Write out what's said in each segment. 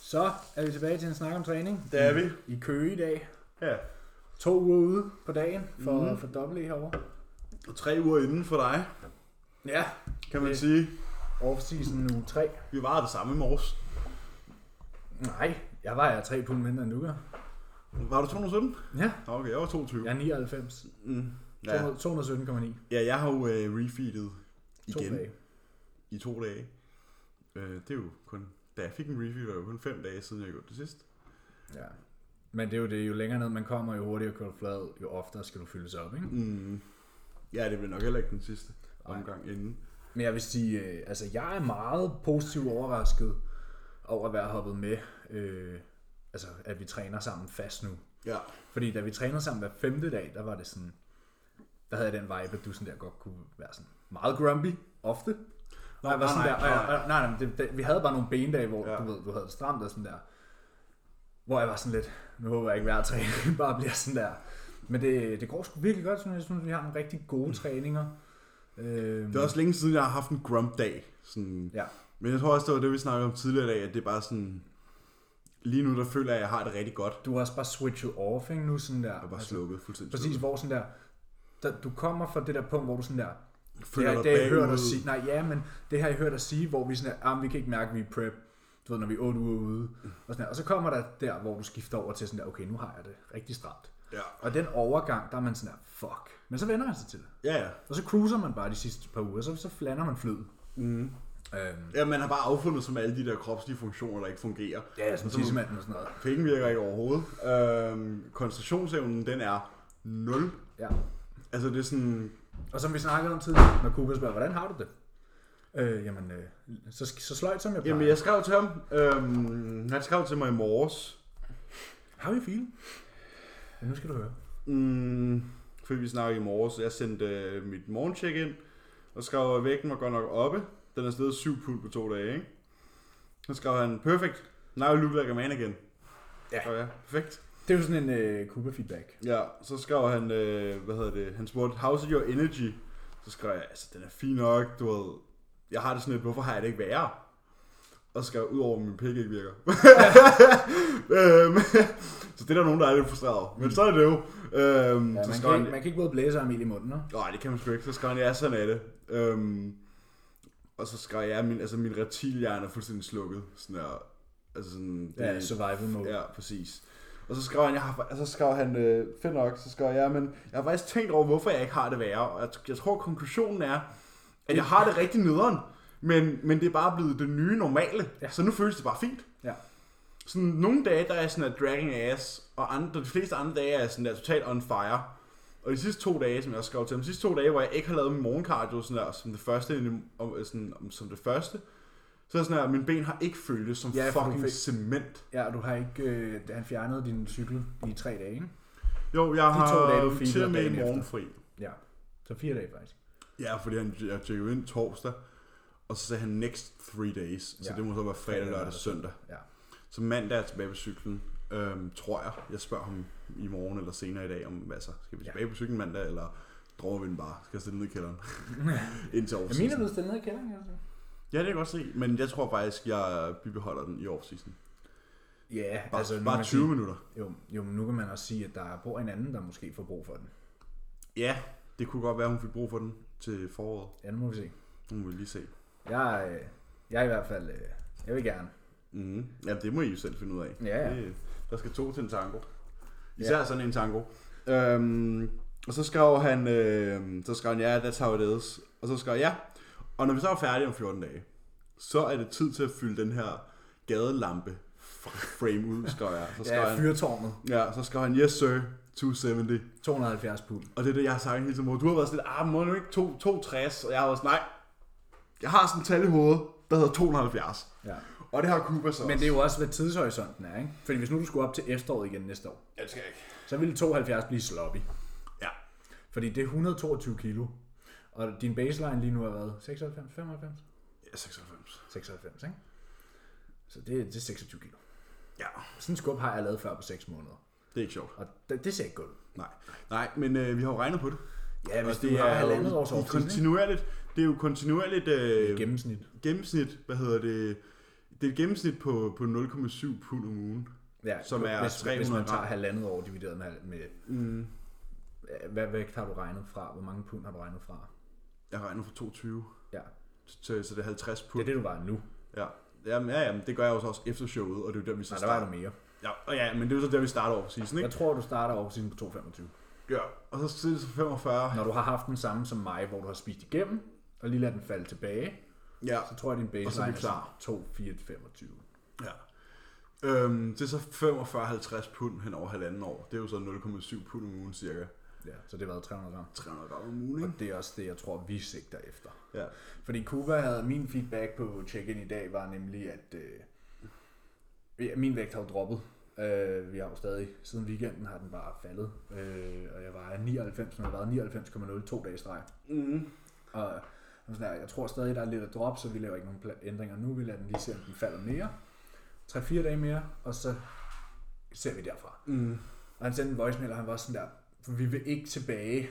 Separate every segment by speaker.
Speaker 1: Så er vi tilbage til en snak om træning.
Speaker 2: Det er vi.
Speaker 1: I Køge i dag.
Speaker 2: Ja.
Speaker 1: To uger ude på dagen for,
Speaker 2: Mhm.
Speaker 1: mm. for dobbelt herovre.
Speaker 2: Og tre uger inden for dig,
Speaker 1: Ja.
Speaker 2: kan man
Speaker 1: Det-
Speaker 2: sige.
Speaker 1: Off-season uge 3.
Speaker 2: Vi var det samme i morges.
Speaker 1: Nej, jeg vejer 3 pund mindre end du gør.
Speaker 2: Var du 217?
Speaker 1: Ja,
Speaker 2: Nå, Okay, jeg var 22.
Speaker 1: jeg er 99.
Speaker 2: Mm. Ja.
Speaker 1: 200 217,9.
Speaker 2: ja, jeg har jo øh, refeedet
Speaker 1: To
Speaker 2: igen
Speaker 1: dage.
Speaker 2: i to dage. Øh, det er jo kun... Da jeg fik en refeed, var det jo kun fem dage siden, jeg gjorde det sidst.
Speaker 1: Ja. Men det er jo det, jo længere ned man kommer, jo hurtigere kører du flad, jo oftere skal du fyldes op, ikke?
Speaker 2: Mm. Ja, det blev nok heller ikke den sidste
Speaker 1: Nej.
Speaker 2: omgang inden.
Speaker 1: Men jeg vil sige, øh, altså jeg er meget positivt overrasket over at være hoppet med, øh, altså at vi træner sammen fast nu.
Speaker 2: Ja.
Speaker 1: Fordi da vi trænede sammen hver femte dag, der var det sådan, der havde jeg den vibe, at du sådan der godt kunne være sådan meget grumpy, ofte. Nå, jeg var sådan
Speaker 2: nej,
Speaker 1: der, og jeg-
Speaker 2: nej.
Speaker 1: og- nej, nej, men det, det, vi havde bare nogle benedage, hvor
Speaker 2: Ja.
Speaker 1: ja. du, ved, du havde det stramt og sådan der. Hvor jeg var sådan lidt, nu håber jeg ikke hver træning bare bliver sådan der. Men det, det går sgu virkelig godt, synes jeg. Jeg synes, vi har nogle rigtig gode træninger. Øhm,
Speaker 2: Det er også længe siden, jeg har haft en grump dag. Sådan.
Speaker 1: Ja.
Speaker 2: Men jeg tror også, det var det, vi snakkede om tidligere i dag, at det er bare sådan... Lige nu, der føler jeg, at jeg har det rigtig godt.
Speaker 1: Du har også bare switchet off, ikke? Nu sådan der.
Speaker 2: Jeg er bare slukket fuldstændig.
Speaker 1: Altså, Præcis, hvor sådan der, der, du kommer fra det der punkt, hvor du sådan der, det
Speaker 2: Føler
Speaker 1: her,
Speaker 2: dig
Speaker 1: det har jeg hørt
Speaker 2: bagud.
Speaker 1: at sige, nej, ja, men det har jeg hørt at sige, hvor vi sådan der, ah, men vi kan ikke mærke, at vi er prep, du ved, når vi er 8 uger ude, og sådan der. Og så kommer der der, hvor du skifter over til sådan der, okay, nu har jeg det rigtig stramt.
Speaker 2: Ja.
Speaker 1: Og den overgang, der er man sådan der, fuck. Men så vender man sig til det.
Speaker 2: Ja, ja.
Speaker 1: Og så cruiser man bare de sidste par uger, så, så flander man flyet.
Speaker 2: Mm.
Speaker 1: Øhm,
Speaker 2: Ja, man har bare affundet som alle de der kropslige funktioner, der ikke fungerer.
Speaker 1: ja, som
Speaker 2: Så man-
Speaker 1: tidsmanden og sådan noget.
Speaker 2: Penge virker ikke overhovedet. Øhm, koncentrationsevnen, den er 0.
Speaker 1: Ja.
Speaker 2: Altså, det er sådan...
Speaker 1: Og som vi snakkede om tidligere, når Cooper spørger, hvordan har du det? Øh, jamen, øh, så, så sløjt som jeg plejer.
Speaker 2: Jamen, jeg skrev til ham. Øhm, han skrev til mig i morges.
Speaker 1: How you feel? Ja, nu skal du høre.
Speaker 2: Mm, fordi vi snakkede i morges. Jeg sendte øh, mit morgencheck ind, og skrev, at vægten var godt nok oppe. Den er stedet 7 pund på to dage, ikke? Så skrev han, perfect. Now you look like a man again.
Speaker 1: Ja.
Speaker 2: Skrev jeg, perfekt.
Speaker 1: Det er jo sådan en øh, Cooper feedback.
Speaker 2: Ja, så skrev han, øh, hvad hedder det, han spurgte, how's your energy? Så skrev jeg, altså den er fin nok, du ved, jeg har det sådan lidt, hvorfor har jeg det ikke værre? Og så skrev jeg, udover at min pik ikke virker. øhm, så det er der nogen, der er lidt frustreret over. Men så er det jo. Øhm,
Speaker 1: Ja,
Speaker 2: så
Speaker 1: man, kan,
Speaker 2: skrev han,
Speaker 1: ikke, man kan ikke både blæse og mil i munden, hva'?
Speaker 2: nej, det kan man sgu ikke. Så skrev han, ja, sådan er det. Øhm, og så skrev jeg, min, altså min reptilhjerne er fuldstændig slukket. Sådan der, altså sådan, det,
Speaker 1: Ja, survival mode. Ja.
Speaker 2: Ja, præcis. Og så skrev han, jeg har, og så skrev han øh, fedt nok, så skrev jeg, men jeg har faktisk tænkt over, hvorfor jeg ikke har det værre. Og jeg, jeg tror, konklusionen er, at jeg har det rigtig nederen, men, men det er bare blevet det nye normale.
Speaker 1: Ja.
Speaker 2: Ja. Så nu føles det bare fint.
Speaker 1: ja.
Speaker 2: Sådan, nogle dage, der er jeg sådan at dragging ass, og andre, de fleste andre dage er jeg sådan der totalt on fire. Og de sidste to dage, som jeg også skrev til ham, de sidste to dage, hvor jeg ikke har lavet min morgencardio sådan der, som det første, ind i- om- sådan, om- som det første, så er jeg sådan der, at mine ben har ikke føltes som
Speaker 1: Ja,
Speaker 2: ja,
Speaker 1: for du
Speaker 2: fucking
Speaker 1: fik-
Speaker 2: cement.
Speaker 1: ja, og du har ikke... Øh, han fjernede din cykel i tre dage, ikke?
Speaker 2: Jo, jeg har
Speaker 1: to dage, du
Speaker 2: til
Speaker 1: filer
Speaker 2: og med
Speaker 1: dagen
Speaker 2: i morgen
Speaker 1: efter.
Speaker 2: fri.
Speaker 1: Ja. Så fire dage, faktisk.
Speaker 2: Ja, fordi han, jeg tjekkede ind torsdag, og så sagde han next three days. Så
Speaker 1: Ja.
Speaker 2: det må så være fredag, lørdag, søndag.
Speaker 1: Ja.
Speaker 2: Så mandag er jeg tilbage på cyklen, øhm, tror jeg. Jeg spørger ham i morgen eller senere i dag, om hvad så? Skal vi
Speaker 1: Ja.
Speaker 2: tilbage på cyklen mandag, eller drømmer vi den bare? Skal jeg stille ned i kælderen? Indtil
Speaker 1: Jeg mener,
Speaker 2: off-season.
Speaker 1: du er stillet ned i kælderen, altså.
Speaker 2: Ja, det kan jeg godt se, men jeg tror faktisk, jeg bibeholder den i off-season.
Speaker 1: Ja,
Speaker 2: Bare,
Speaker 1: altså...
Speaker 2: altså,
Speaker 1: nu kan
Speaker 2: bare
Speaker 1: man
Speaker 2: 20
Speaker 1: sige-
Speaker 2: minutter.
Speaker 1: Jo, jo, men nu kan man også sige, at der bor en anden, der måske får brug for den.
Speaker 2: Ja, det kunne godt være, hun fik brug for den til foråret.
Speaker 1: Ja, nu må vi se.
Speaker 2: Nu må vi lige se.
Speaker 1: Jeg, øh, jeg er i hvert fald... Øh, jeg vil gerne.
Speaker 2: Mm. Ja, det må I jo selv finde ud af.
Speaker 1: Ja, ja.
Speaker 2: Det, der skal to til en tango. Især ja. sådan en tango. Øhm, og så skrev han, øh, så skrev han, ja, that's how it is. Og så skrev jeg, ja. Og når vi så er færdige om 14 dage, så er det tid til at fylde den her gadelampe frame ud, skrev jeg. Så skrev
Speaker 1: Ja,
Speaker 2: han,
Speaker 1: fyrtårnet.
Speaker 2: ja, så skrev han, yes sir, 270.
Speaker 1: 270 pund.
Speaker 2: Og det er det, jeg har sagt hele tiden, hvor du har været sådan lidt, ah, må du ikke to- 260? Og jeg har været sådan, nej, jeg har sådan et tal i hovedet, der hedder 270.
Speaker 1: Ja.
Speaker 2: Og det har Cooper så
Speaker 1: Men
Speaker 2: også.
Speaker 1: det er jo også, hvad tidshorisonten er, ikke? Fordi hvis nu du skulle op til efteråret igen næste år,
Speaker 2: Ja, det skal jeg ikke.
Speaker 1: så ville 72 blive sloppy.
Speaker 2: Ja,
Speaker 1: Fordi det er 122 kilo. Og din baseline lige nu er hvad? 96? 95?
Speaker 2: Ja, 96.
Speaker 1: 96, ikke? Så det, det er 26 kilo.
Speaker 2: Ja.
Speaker 1: Sådan en skub har jeg lavet før på 6 måneder.
Speaker 2: Det er ikke sjovt.
Speaker 1: Og det, det ser ikke godt ud.
Speaker 2: Nej, Nej men øh, vi har jo regnet på det.
Speaker 1: Ja, hvis
Speaker 2: Og
Speaker 1: det du har
Speaker 2: jo
Speaker 1: halvandet
Speaker 2: i-
Speaker 1: års
Speaker 2: i
Speaker 1: off-season, ikke?
Speaker 2: kontinuerligt, Det er jo kontinuerligt
Speaker 1: I
Speaker 2: øh,
Speaker 1: gennemsnit.
Speaker 2: gennemsnit, hvad hedder det, Det er et gennemsnit på, på 0,7 pund om ugen.
Speaker 1: Ja,
Speaker 2: Som er
Speaker 1: hvis, hvis
Speaker 2: 300
Speaker 1: man tager
Speaker 2: gram.
Speaker 1: halvandet år divideret med, med
Speaker 2: Mm.
Speaker 1: hvad vægt har du regnet fra? Hvor mange pund har du regnet fra?
Speaker 2: Jeg regner for 22,
Speaker 1: Ja,
Speaker 2: så, så det er 50
Speaker 1: det
Speaker 2: pund.
Speaker 1: er det, du var nu.
Speaker 2: Ja. Jamen, ja, jamen, det gør jeg jo så også efter showet, og det er jo der, vi så
Speaker 1: Nej, der var
Speaker 2: starter.
Speaker 1: du mere.
Speaker 2: Ja, og ja, men det er jo så der, vi starter over season,
Speaker 1: Jeg
Speaker 2: ikke?
Speaker 1: tror, du starter over season på 2,25.
Speaker 2: Ja, og så sidder det så 45.
Speaker 1: Når du har haft den samme som mig, hvor du har spist igennem, og lige lader den falde tilbage,
Speaker 2: Ja,
Speaker 1: så tror jeg, din
Speaker 2: Og så er vi
Speaker 1: baseline
Speaker 2: klar.
Speaker 1: 2, 4, 25.
Speaker 2: ja. Øhm, det er så 45-50 pund hen over halvanden år. Det er jo så 0,7 pund om ugen cirka.
Speaker 1: Ja, så det har været 300 gram.
Speaker 2: 300 gram om ugen, ikke?
Speaker 1: Det er også det, jeg tror, vi sigter efter.
Speaker 2: Ja.
Speaker 1: Fordi Cuba havde, min feedback på check-in i dag var nemlig, at øh, ja, min vægt har jo droppet. Øh, vi har jo stadig, siden weekenden har den bare faldet. Øh, og jeg var 99, men jeg har været 99,0 to dage i streg.
Speaker 2: Mm.
Speaker 1: Og jeg var sådan der, jeg tror stadig, der er lidt at drop, så vi laver ikke nogen pla- ændringer nu. Vi lader den lige se, om den falder mere. 3-4 dage mere, og så ser vi derfra.
Speaker 2: Mm.
Speaker 1: Og han sendte en voicemail, og han var sådan der, "For vi vil ikke tilbage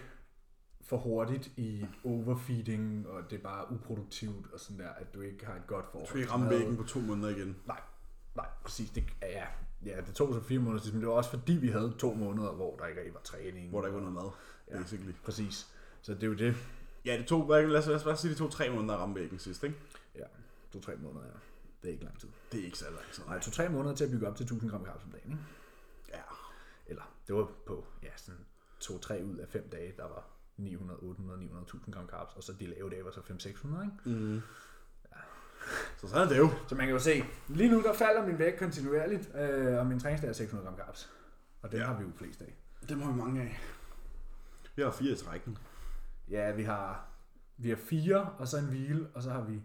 Speaker 1: for hurtigt i overfeeding, og det er bare uproduktivt, og sådan der, at du ikke har et godt forhold.
Speaker 2: Du skal ikke
Speaker 1: til
Speaker 2: ramme
Speaker 1: maden."
Speaker 2: væggen på to måneder igen.
Speaker 1: Nej, nej, præcis. Det, ja, ja, det tog så fire måneder, men det var også fordi, vi havde to måneder, hvor der ikke rigtig var træning.
Speaker 2: Hvor der ikke var noget mad,
Speaker 1: Ja.
Speaker 2: basically.
Speaker 1: Præcis. Så det er jo det.
Speaker 2: Ja, det tog, lad os, lad os bare sige, det tog tre måneder at ramme væggen sidst, ikke?
Speaker 1: Ja, to-tre måneder, ja. Det er ikke lang tid.
Speaker 2: Det er ikke så langt, så
Speaker 1: Nej, to-tre måneder til at bygge op til 1000 gram carbs om dagen, ikke?
Speaker 2: Ja.
Speaker 1: Eller, det var på, ja, sådan to-tre ud af fem dage, der var 900, 800, 900, 1000 gram carbs, og så de lave dage var så 500-600, ikke?
Speaker 2: Mm. Så sådan er det jo.
Speaker 1: Så man kan jo se, lige nu der falder min vægt kontinuerligt, øh, og min træningsdag er 600 gram carbs. Og den
Speaker 2: Ja.
Speaker 1: ja. har vi jo flest af.
Speaker 2: Det må vi mange af. Vi har fire i trækken.
Speaker 1: Ja, vi har, vi har fire, og så en hvile, og så har vi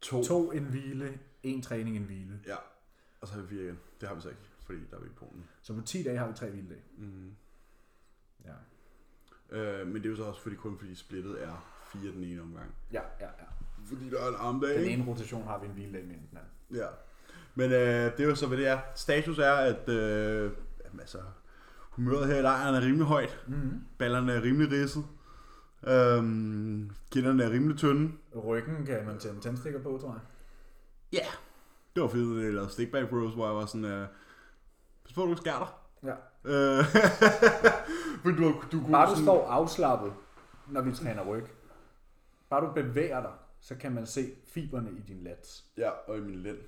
Speaker 2: To.
Speaker 1: to en hvile, en træning, en hvile.
Speaker 2: Ja. Og så har vi fire igen. Det har vi så ikke, fordi der er vi i Polen.
Speaker 1: Så på 10 dage har vi tre hviledage.
Speaker 2: Mm.
Speaker 1: Ja.
Speaker 2: Øh, men det er jo så også fordi, kun fordi splittet er fire den ene omgang.
Speaker 1: ja, ja, ja.
Speaker 2: Fordi der er en armdag,
Speaker 1: Den
Speaker 2: ikke?
Speaker 1: ene rotation har vi en hviledag mere end den anden.
Speaker 2: Ja. Men øh, det er jo så, hvad det er. Status er, at øh, jamen, altså, humøret her i lejren er rimelig højt.
Speaker 1: Mm-hmm.
Speaker 2: Ballerne er rimelig ridset. Øhm, kinderne er rimelig tynde.
Speaker 1: Ryggen kan man tænde tændstikker på, tror jeg.
Speaker 2: Ja. Det var fedt, at jeg lavede Stickback Bros, hvor jeg var sådan, øh, pas på, du ikke skærer dig.
Speaker 1: Ja.
Speaker 2: Øh, men du, har- du kunne
Speaker 1: Bare du står afslappet, når vi træner ryg. Bare du bevæger dig, så kan man se fiberne i din lats.
Speaker 2: Ja, og i min lænd.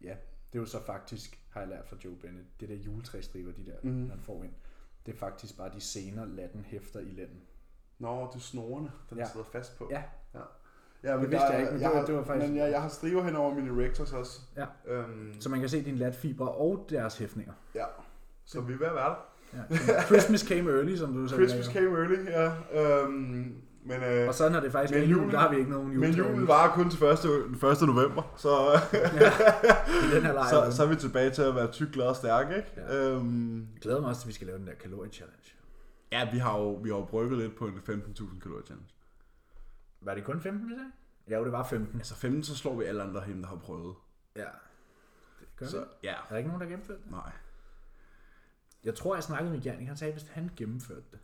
Speaker 1: Ja, det er jo så faktisk, har jeg lært fra Joe Bennett, det der juletræstriber, de der,
Speaker 2: Mhm.
Speaker 1: mm. han får ind. Det er faktisk bare de senere latten hæfter i lænden.
Speaker 2: Mm. Nå, det er snorene, den
Speaker 1: Ja.
Speaker 2: sidder fast på.
Speaker 1: Ja,
Speaker 2: ja
Speaker 1: det vidste jeg ikke, men det var-
Speaker 2: har-
Speaker 1: det var faktisk-
Speaker 2: Men jeg, jeg har striver hen over mine erectors også.
Speaker 1: Ja.
Speaker 2: Øhm,
Speaker 1: så man kan se dine latfibre og deres hæftninger.
Speaker 2: ja. Så vi er ved at være der.
Speaker 1: Ja. Christmas came early, som du sagde.
Speaker 2: Christmas came early, ja. Øhm, men, øh,
Speaker 1: Og sådan er det faktisk
Speaker 2: Men
Speaker 1: men jul,
Speaker 2: julen-
Speaker 1: der har vi ikke nogen jul.
Speaker 2: men julen varer kun til 1. den 1. november, så,
Speaker 1: i den her lejr.
Speaker 2: så, så er vi tilbage til at være tyk, glad og stærk, ikke?
Speaker 1: Ja.
Speaker 2: Øhm,
Speaker 1: Jeg glæder mig også til, at vi skal lave den der kalorie-challenge.
Speaker 2: ja, vi har jo, vi har jo brygget lidt på en 15.000 kalorier challenge.
Speaker 1: Var det kun 15, vi sagde? Ja, jo, det var 15.
Speaker 2: Altså 15, så slår vi alle andre hjem, der har prøvet.
Speaker 1: Ja. Det gør så.
Speaker 2: så,
Speaker 1: vi.
Speaker 2: ja.
Speaker 1: Er der ikke nogen, der gennemførte det?
Speaker 2: Nej.
Speaker 1: Jeg tror, jeg snakkede med Jannik. Han sagde, at hvis han gennemførte det.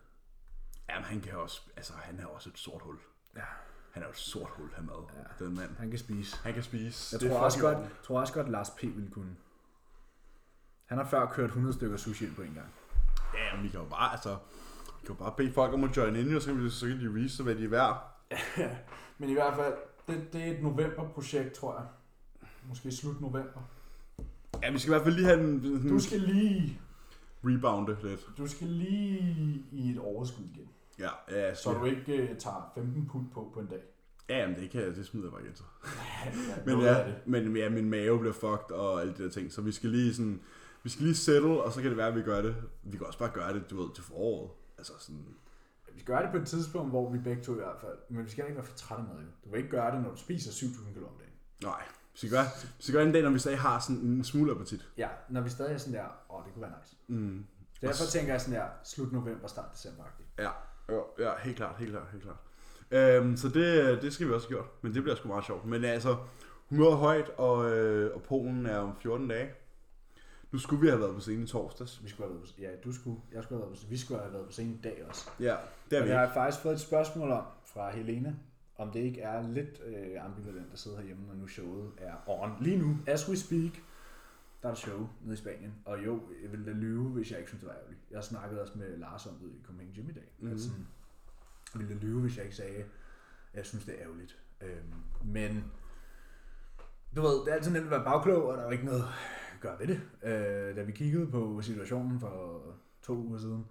Speaker 2: Jamen, han kan også, altså han er også et sort hul.
Speaker 1: Ja.
Speaker 2: Han er jo et sort hul, han mad,
Speaker 1: Ja.
Speaker 2: den mand.
Speaker 1: Han kan spise.
Speaker 2: Han kan spise.
Speaker 1: Jeg
Speaker 2: Det er
Speaker 1: tror også,
Speaker 2: fucking
Speaker 1: godt, tror også godt, Lars P. ville kunne. Han har før kørt 100 stykker sushi ind på en gang.
Speaker 2: ordentligt. Ja, men vi kan jo bare, altså, vi kan jo bare bede folk om at join in, og så kan, vi, så kan de vise sig, hvad de er værd.
Speaker 1: Men i hvert fald, det, det er et novemberprojekt, tror jeg. Måske slut november.
Speaker 2: Ja, vi skal i hvert fald lige have en, en
Speaker 1: Du skal lige,
Speaker 2: rebounde lidt.
Speaker 1: du skal lige i et overskud igen.
Speaker 2: Ja, ja,
Speaker 1: Så du ikke øh, tager 15 pund på på en dag.
Speaker 2: ja jamen, det kan jeg, det smider jeg bare igen så.
Speaker 1: men
Speaker 2: Men
Speaker 1: ja,
Speaker 2: ja, men ja, min mave bliver fucked og alle de der ting, så vi skal lige sådan, vi skal lige settle, og så kan det være, at vi gør det. Vi kan også bare gøre det, du ved, til foråret. Altså sådan,
Speaker 1: vi skal gøre det på et tidspunkt, hvor vi begge to i hvert fald, men vi skal ikke være for trætte med det. Du vil ikke gøre det, når du spiser 7000 kalorier om dagen.
Speaker 2: nej. Vi skal gøre, vi skal gøre det en dag, når vi stadig har sådan en smule appetit.
Speaker 1: Ja, når vi stadig er sådan der, åh, det kunne være nice.
Speaker 2: Mm.
Speaker 1: Derfor tænker jeg sådan der, slut november, start december -agtigt.
Speaker 2: Ja, jo, ja, helt klart, helt klart, helt klart. Øhm, så det, det skal vi også have gjort, men det bliver sgu meget sjovt. Men altså, humøret er højt, og, øh, og Polen er om 14 dage. Nu skulle vi have været på scenen i torsdags.
Speaker 1: Vi skulle have været på, ja, du skulle, jeg skulle have været på, vi skulle have været på scenen i dag også.
Speaker 2: Ja, det er
Speaker 1: Og
Speaker 2: vi
Speaker 1: jeg
Speaker 2: ikke.
Speaker 1: har faktisk fået et spørgsmål om fra Helena, om det ikke er lidt øh, ambivalent at sidde herhjemme, når nu showet er on. Lige nu, as we speak, der er et show nede i Spanien. Og jo, jeg ville da lyve, hvis jeg ikke synes, det var ærgerligt. Jeg snakkede også med Lars om det i Coming Gym i dag. Mm.
Speaker 2: Mhm.
Speaker 1: At sådan, jeg ville da lyve, hvis jeg ikke sagde, at jeg synes, det er ærgerligt. Øhm, men du ved, det er altid nemt at være bagklog, og der er jo ikke noget at gøre ved det. Øh, da vi kiggede på situationen for to uger siden,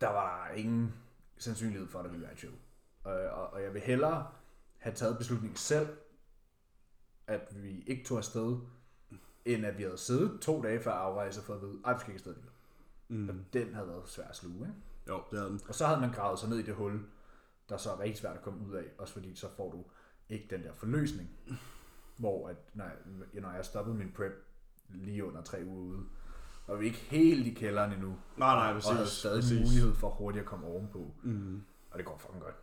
Speaker 1: der var der ingen sandsynlighed for, at der ville være et show. Øh, og, og jeg vil hellere have taget beslutningen selv, at vi ikke tog afsted, end at vi havde siddet to dage før afrejse for at vide, at vi skal ikke afsted. Mm. Og den havde været svær at sluge. Ikke?
Speaker 2: Jo, det havde den.
Speaker 1: Og så havde man gravet sig ned i det hul, der så er rigtig svært at komme ud af, også fordi så får du ikke den der forløsning, hvor at, når, jeg, når jeg stoppede min prep lige under tre uger ude, var vi ikke helt i kælderen endnu,
Speaker 2: Ah, Nej, nej,
Speaker 1: og havde
Speaker 2: præcis.
Speaker 1: stadig
Speaker 2: præcis.
Speaker 1: mulighed for hurtigt at komme ovenpå,
Speaker 2: Mm.
Speaker 1: og det går fucking godt.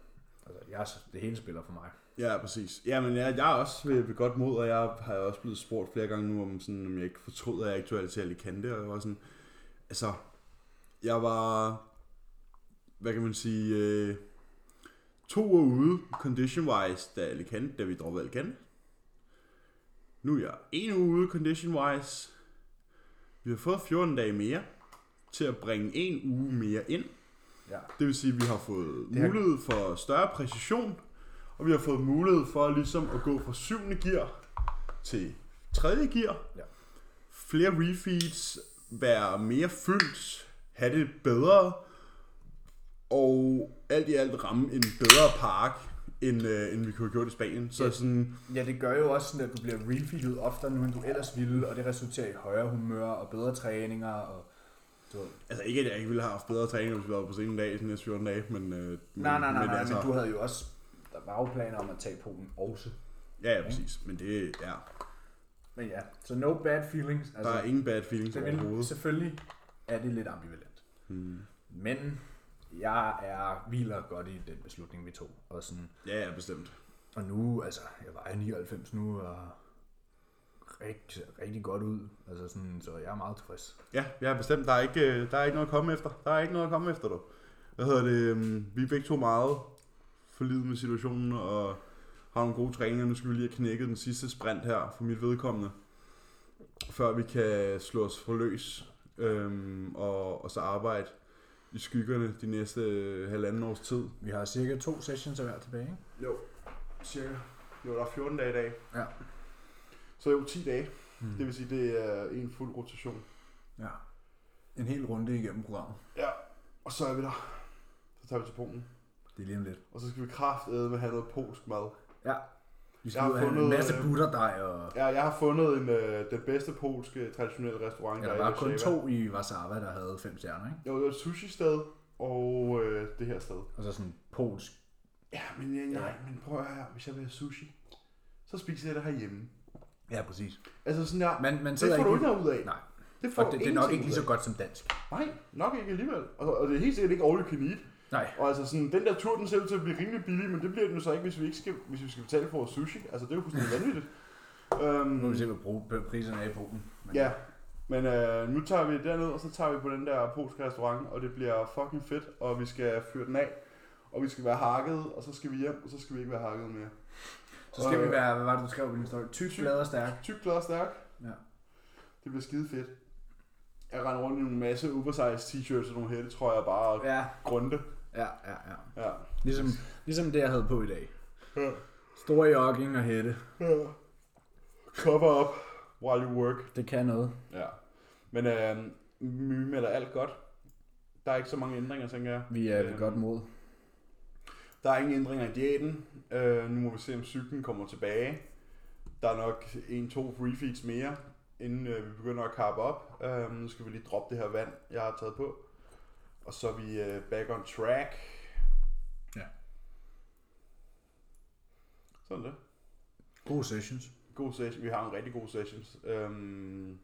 Speaker 1: Altså, jeg, er- det hele spiller for mig.
Speaker 2: Ja, præcis. Jamen, jeg, jeg er også ved, ved godt mod, og jeg har jo også blevet spurgt flere gange nu, om, sådan, om jeg ikke fortryder, at jeg ikke tog alle til Alicante, og jeg var sådan, altså, jeg var, hvad kan man sige, øh, to uger ude, condition-wise, da, Alicante, da vi droppede Alicante. Nu er jeg en uge ude, condition-wise. Vi har fået 14 dage mere til at bringe en uge mere ind.
Speaker 1: Ja.
Speaker 2: Det vil sige, at vi har fået
Speaker 1: Det har-
Speaker 2: mulighed for større præcision, og vi har fået mulighed for ligesom at gå fra syvende gear til tredje gear.
Speaker 1: Ja.
Speaker 2: Flere refeeds, være mere fyldt, have det bedre, og alt i alt ramme en bedre park, end, øh, end vi kunne have gjort i Spanien. Så
Speaker 1: Ja.
Speaker 2: sådan,
Speaker 1: ja, det gør jo også sådan, at du bliver refeedet oftere, nu end du ellers ville, og det resulterer i højere humør og bedre træninger, og du ved,
Speaker 2: altså ikke at jeg ikke ville have haft bedre træning, hvis vi var på scenen en dag, sådan næste 14 dage, men...
Speaker 1: Nej,
Speaker 2: Øh, men-
Speaker 1: nej, nej,
Speaker 2: men
Speaker 1: nej,
Speaker 2: altså-
Speaker 1: men du havde jo også, der var jo planer om at tage Polen også.
Speaker 2: Ja, ja, præcis, men det er... Ja.
Speaker 1: Men ja, så no bad feelings.
Speaker 2: Der er ingen bad feelings
Speaker 1: det vil,
Speaker 2: overhovedet.
Speaker 1: selvfølgelig er det lidt ambivalent.
Speaker 2: Hmm.
Speaker 1: Men jeg er, hviler godt i den beslutning, vi tog. Og, sådan,
Speaker 2: Ja, ja, bestemt.
Speaker 1: og nu, altså, jeg vejer 99 nu, og rigtig, rigtig godt ud. Altså sådan, så jeg er meget tilfreds.
Speaker 2: Ja, ja, bestemt. Der er, ikke, øh, der er ikke noget at komme efter. Der er ikke noget at komme efter, du. Hvad hedder det? øhm, Vi er begge to meget forlidet med situationen, og har nogle gode træninger. Nu skal vi lige have knækket den sidste sprint her, for mit vedkommende. Før vi kan slå os for løs, øhm, og, og så arbejde i skyggerne de næste øh, halvanden års tid.
Speaker 1: Vi har cirka to sessions af hver tilbage, ikke?
Speaker 2: Jo, cirka. Jo, der er 14 dage i dag.
Speaker 1: Ja.
Speaker 2: Så jo, 10 dage.
Speaker 1: Hmm.
Speaker 2: vil sige, det er en fuld rotation.
Speaker 1: Ja. En hel runde igennem programmet.
Speaker 2: Ja, og så er vi der. Så tager vi til Polen.
Speaker 1: Det er lige om lidt.
Speaker 2: Og så skal vi kraftedeme have noget polsk mad.
Speaker 1: Ja. Vi skal
Speaker 2: Jeg har
Speaker 1: ud og have en
Speaker 2: fundet,
Speaker 1: masse
Speaker 2: øh,
Speaker 1: butterdej og...
Speaker 2: Ja, jeg har fundet en, øh, den bedste polske traditionelle restaurant,
Speaker 1: Ja, der
Speaker 2: er i
Speaker 1: var kun
Speaker 2: Warszawa.
Speaker 1: to i Warszawa, der havde fem stjerner, ikke?
Speaker 2: Jo, det var et sushi-sted og øh, det her sted.
Speaker 1: Og så sådan polsk.
Speaker 2: Ja, men øh, nej,
Speaker 1: Ja.
Speaker 2: men prøv at høre, her. hvis jeg vil have sushi, så spiser jeg det herhjemme.
Speaker 1: Ja, præcis. Altså,
Speaker 2: Altså sådan der,
Speaker 1: man, man
Speaker 2: det
Speaker 1: sidder
Speaker 2: får du ikke
Speaker 1: ikke...
Speaker 2: noget ud af.
Speaker 1: Nej,
Speaker 2: Det får
Speaker 1: og
Speaker 2: du
Speaker 1: det, det, er nok
Speaker 2: ingenting
Speaker 1: ikke lige
Speaker 2: ud
Speaker 1: så godt som dansk.
Speaker 2: af. Nej, nok ikke alligevel. Og, og det er helt sikkert ikke all you can eat.
Speaker 1: Nej,
Speaker 2: Og altså sådan, den der tur, den ser ud til at blive rimelig billig, men det bliver den jo så ikke, hvis vi ikke skal, hvis vi skal betale for vores sushi. Altså, det er jo fuldstændig vanvittigt.
Speaker 1: nu må
Speaker 2: øhm,
Speaker 1: vi se, hvad bro- hvad priserne er i Polen. Men
Speaker 2: Ja, men øh, nu tager vi derned, og så tager vi på den der polske restaurant, og det bliver fucking fedt, og vi skal fyre den af, og vi skal være hakket, og så skal vi hjem, og så skal vi ikke være hakket mere.
Speaker 1: Så skal
Speaker 2: Og-
Speaker 1: vi være, hvad var det, du skrev på din story? Tyk,
Speaker 2: Tyk.
Speaker 1: glad og stærk.
Speaker 2: Tyk, klar og stærk.
Speaker 1: Ja.
Speaker 2: Det bliver skide fedt. Jeg render rundt i en masse oversized t-shirts og nogle hætte, tror jeg bare, og
Speaker 1: Ja,
Speaker 2: grunde.
Speaker 1: ja, ja, ja.
Speaker 2: Ja.
Speaker 1: Ligesom, ligesom det, jeg havde på i dag.
Speaker 2: Ja.
Speaker 1: Stor jogging og hætte.
Speaker 2: Ja. Cover up while you work.
Speaker 1: Det kan noget.
Speaker 2: Ja. Men øh, my melder alt godt. Der er ikke så mange ændringer, tænker jeg.
Speaker 1: Vi er ved
Speaker 2: Øhm,
Speaker 1: godt mod.
Speaker 2: Der er ingen ændringer i diæten. Øh, nu må vi se, om cyklen kommer tilbage. Der er nok en-to free feeds mere, inden øh, vi begynder at kappe op. Øh, nu skal vi lige droppe det her vand, jeg har taget på. Og så er vi øh, back on track.
Speaker 1: Ja.
Speaker 2: Sådan det.
Speaker 1: Gode sessions.
Speaker 2: God session. Vi har en rigtig god sessions. Øhm,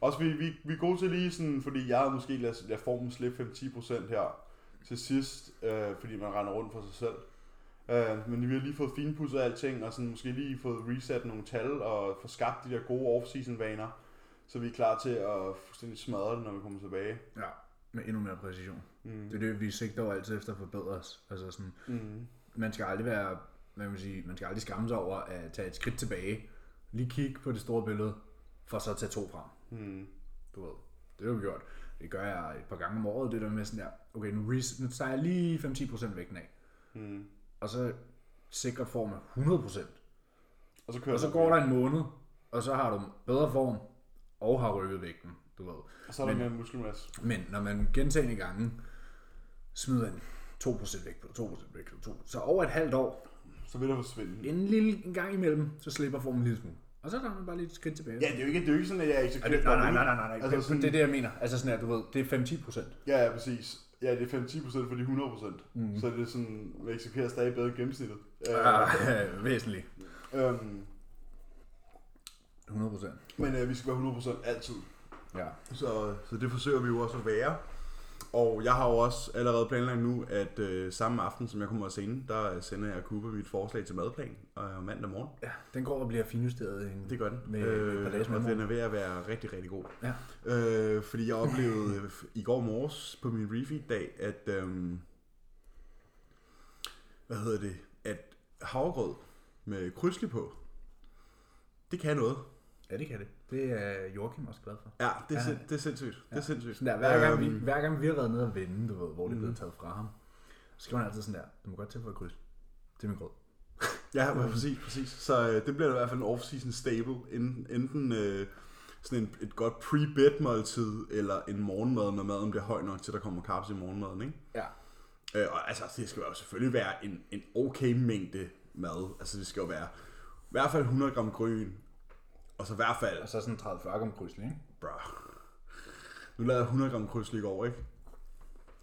Speaker 2: også vi, vi, vi er gode til lige sådan, fordi jeg havde måske lader, lader formen slippe 5-10% her til sidst, øh, fordi man render rundt for sig selv. Øh, men vi har lige fået finpudset alting, og sådan måske lige fået reset nogle tal, og få skabt de der gode off-season vaner, så vi er klar til at fuldstændig smadre det, når vi kommer tilbage.
Speaker 1: Ja, med endnu mere præcision.
Speaker 2: Mm.
Speaker 1: Det er det, vi sigter jo altid efter at forbedre os. Altså sådan,
Speaker 2: Mm.
Speaker 1: man skal aldrig være man vil sige, man skal aldrig skamme sig over at tage et skridt tilbage, lige kigge på det store billede, for så at tage to frem.
Speaker 2: Hmm.
Speaker 1: Du ved, det har vi gjort. Det gør jeg et par gange om året, det der med sådan der, okay, nu, res- nu tager jeg lige 5-10% vægten af,
Speaker 2: Hmm.
Speaker 1: og så sikrer form af 100%.
Speaker 2: Og så kører
Speaker 1: Og så
Speaker 2: du-
Speaker 1: går der en måned, og så har du bedre form, og har rykket vægten, du ved.
Speaker 2: Og så er der mere muskelmasse.
Speaker 1: Men når man gentagende gange smider en 2% vægt på, 2% vægt på, 2%, så over et halvt år,
Speaker 2: Så vil der forsvinde.
Speaker 1: en lille en gang imellem, så slipper formen en lille smule. Og så tager man bare lige et skridt tilbage.
Speaker 2: Ja, det er jo ikke, det er jo ikke sådan, at jeg er ikke så
Speaker 1: Og det, nej, nej, nej, nej, nej, nej.
Speaker 2: Altså
Speaker 1: Altså,
Speaker 2: sådan-
Speaker 1: sådan, det er det, jeg mener. Altså sådan, at du ved, det er 5-10 procent.
Speaker 2: Ja, ja, præcis. Ja, det er 5-10% for de 100%. Mm. Så er det er sådan, man eksekverer stadig bedre end gennemsnittet. Øh,
Speaker 1: Ah, væsentligt.
Speaker 2: øhm,
Speaker 1: 100 procent.
Speaker 2: men øh, vi skal være 100% altid.
Speaker 1: Ja.
Speaker 2: Så, så det forsøger vi jo også at være. Og jeg har jo også allerede planlagt nu, at øh, samme aften, som jeg kommer og sende, der øh, sender jeg Cooper mit forslag til madplan øh, mandag morgen.
Speaker 1: ja. Den går og bliver finjusteret. En...
Speaker 2: Det gør den. Øh,
Speaker 1: Med- med et par dages
Speaker 2: og
Speaker 1: mellemrum.
Speaker 2: den er ved at være rigtig, rigtig god.
Speaker 1: Ja.
Speaker 2: Øh, fordi jeg oplevede øh, f- i går morges på min refeed-dag, at... øhm, hvad hedder det? At havregrød med krydsle på, det kan noget.
Speaker 1: Ja, det kan det. Det er Joachim også glad for.
Speaker 2: Ja, det er,
Speaker 1: Ja.
Speaker 2: sind, det er sindssygt. Det er sindssygt.
Speaker 1: Sådan der, hver, gang
Speaker 2: Øhm,
Speaker 1: vi, hver gang vi har været nede og vende, du ved, hvor det er blevet taget fra ham, så skriver han altid sådan der, du må godt tilføje kryds til min grød.
Speaker 2: Ja, men præcis, præcis. Så øh, det bliver i hvert fald en off-season stable. Enten, enten øh, sådan en, et godt pre-bed måltid, eller en morgenmad, når maden bliver høj nok til, der kommer carbs i morgenmaden, ikke?
Speaker 1: Ja.
Speaker 2: Øh, og altså, det skal jo selvfølgelig være en, en okay mængde mad. Altså, det skal jo være i hvert fald 100 gram grøn, og så i hvert fald,
Speaker 1: Og så sådan 30-40 om krydsel, ikke?
Speaker 2: bruh. Nu lader jeg 100 gram krydslig over, ikke?